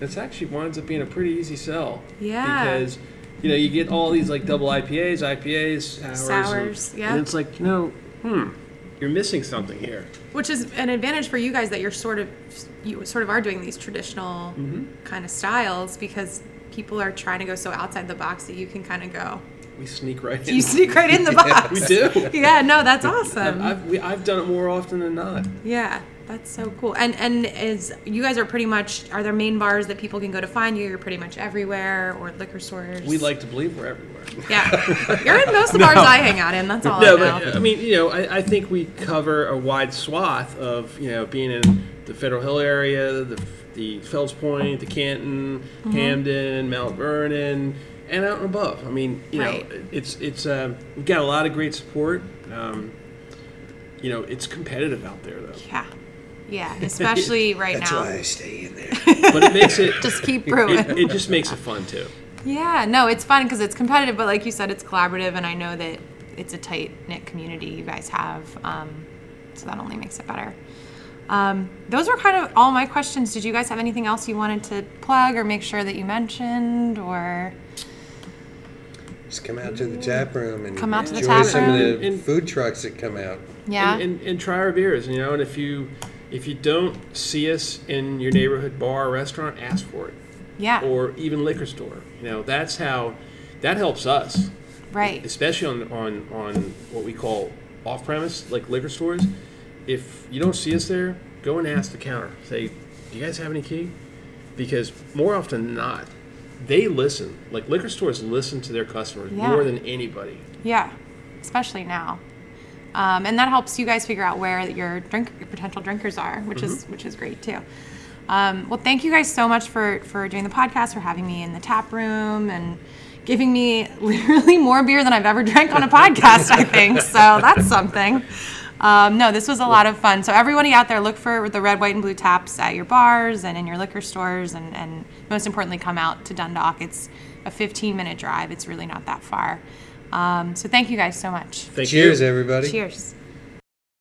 Speaker 2: It's actually winds up being a pretty easy sell.
Speaker 1: Yeah.
Speaker 2: Because you know you get all these like double IPAs, IPAs, sours, and-
Speaker 1: Sours, yeah.
Speaker 2: and it's like you know, hmm, you're missing something here.
Speaker 1: which is an advantage for you guys that you're sort of you sort of are doing these traditional
Speaker 3: Mm-hmm.
Speaker 1: kind of styles because people are trying to go so outside the box that you can kind of go
Speaker 2: We sneak right in.
Speaker 1: you sneak right in the box
Speaker 2: we do.
Speaker 1: yeah no that's awesome
Speaker 2: I've, we, I've done it more often than not.
Speaker 1: yeah that's so cool and and is you guys are pretty much are there main bars that people can go to find you you're pretty much everywhere or liquor stores
Speaker 2: We'd like to believe we're everywhere.
Speaker 1: yeah you're in most of the bars i hang out in that's all
Speaker 2: No,
Speaker 1: i know
Speaker 2: but I mean, you know, I, I think we cover a wide swath of you know being in the Federal Hill area, the the Fells Point, the Canton,
Speaker 1: Mm-hmm.
Speaker 2: Hamden, Mount Vernon, and out and above. I mean, you
Speaker 1: Right.
Speaker 2: know, it's it's um, we've got a lot of great support. Um, you know, it's competitive out there though,
Speaker 1: yeah yeah especially right
Speaker 3: That's
Speaker 1: now
Speaker 3: why I stay in there.
Speaker 2: but it makes it,
Speaker 1: just keep brewing
Speaker 2: it it just makes it fun too.
Speaker 1: Yeah, no, it's fun because it's competitive, but like you said, it's collaborative, and I know that it's a tight knit community you guys have, um, so that only makes it better. Um, those were kind of all my questions. Did you guys have anything else you wanted to plug or make sure that you mentioned, or
Speaker 3: Just come out to the tap room and
Speaker 1: Come out to the
Speaker 3: enjoy
Speaker 1: tap
Speaker 3: some
Speaker 2: room.
Speaker 3: of the
Speaker 2: And-
Speaker 3: food trucks that come out.
Speaker 1: yeah,
Speaker 2: and, and, and try our beers you know and if you if you don't see us in your neighborhood bar or restaurant ask for it
Speaker 1: yeah,
Speaker 2: or even liquor store you know that's how that helps us
Speaker 1: right,
Speaker 2: especially on on on what we call off premise like liquor stores if you don't see us there go and ask the counter say do you guys have any key because more often than not they listen like liquor stores listen to their customers
Speaker 1: Yeah.
Speaker 2: more than anybody
Speaker 1: yeah, especially now, um, and that helps you guys figure out where your drink, your potential drinkers are, which
Speaker 2: Mm-hmm.
Speaker 1: is which is great too. Um, well, thank you guys so much for for doing the podcast, for having me in the tap room, and giving me literally more beer than I've ever drank on a podcast. I think so. That's something. Um, no, this was a lot of fun. So everybody out there, look for the red, white, and blue taps at your bars and in your liquor stores, and and most importantly, come out to Dundalk. It's a 15 minute drive. It's really not that far. Um, so thank you guys so much.
Speaker 2: thank you
Speaker 3: Cheers, everybody.
Speaker 1: Cheers.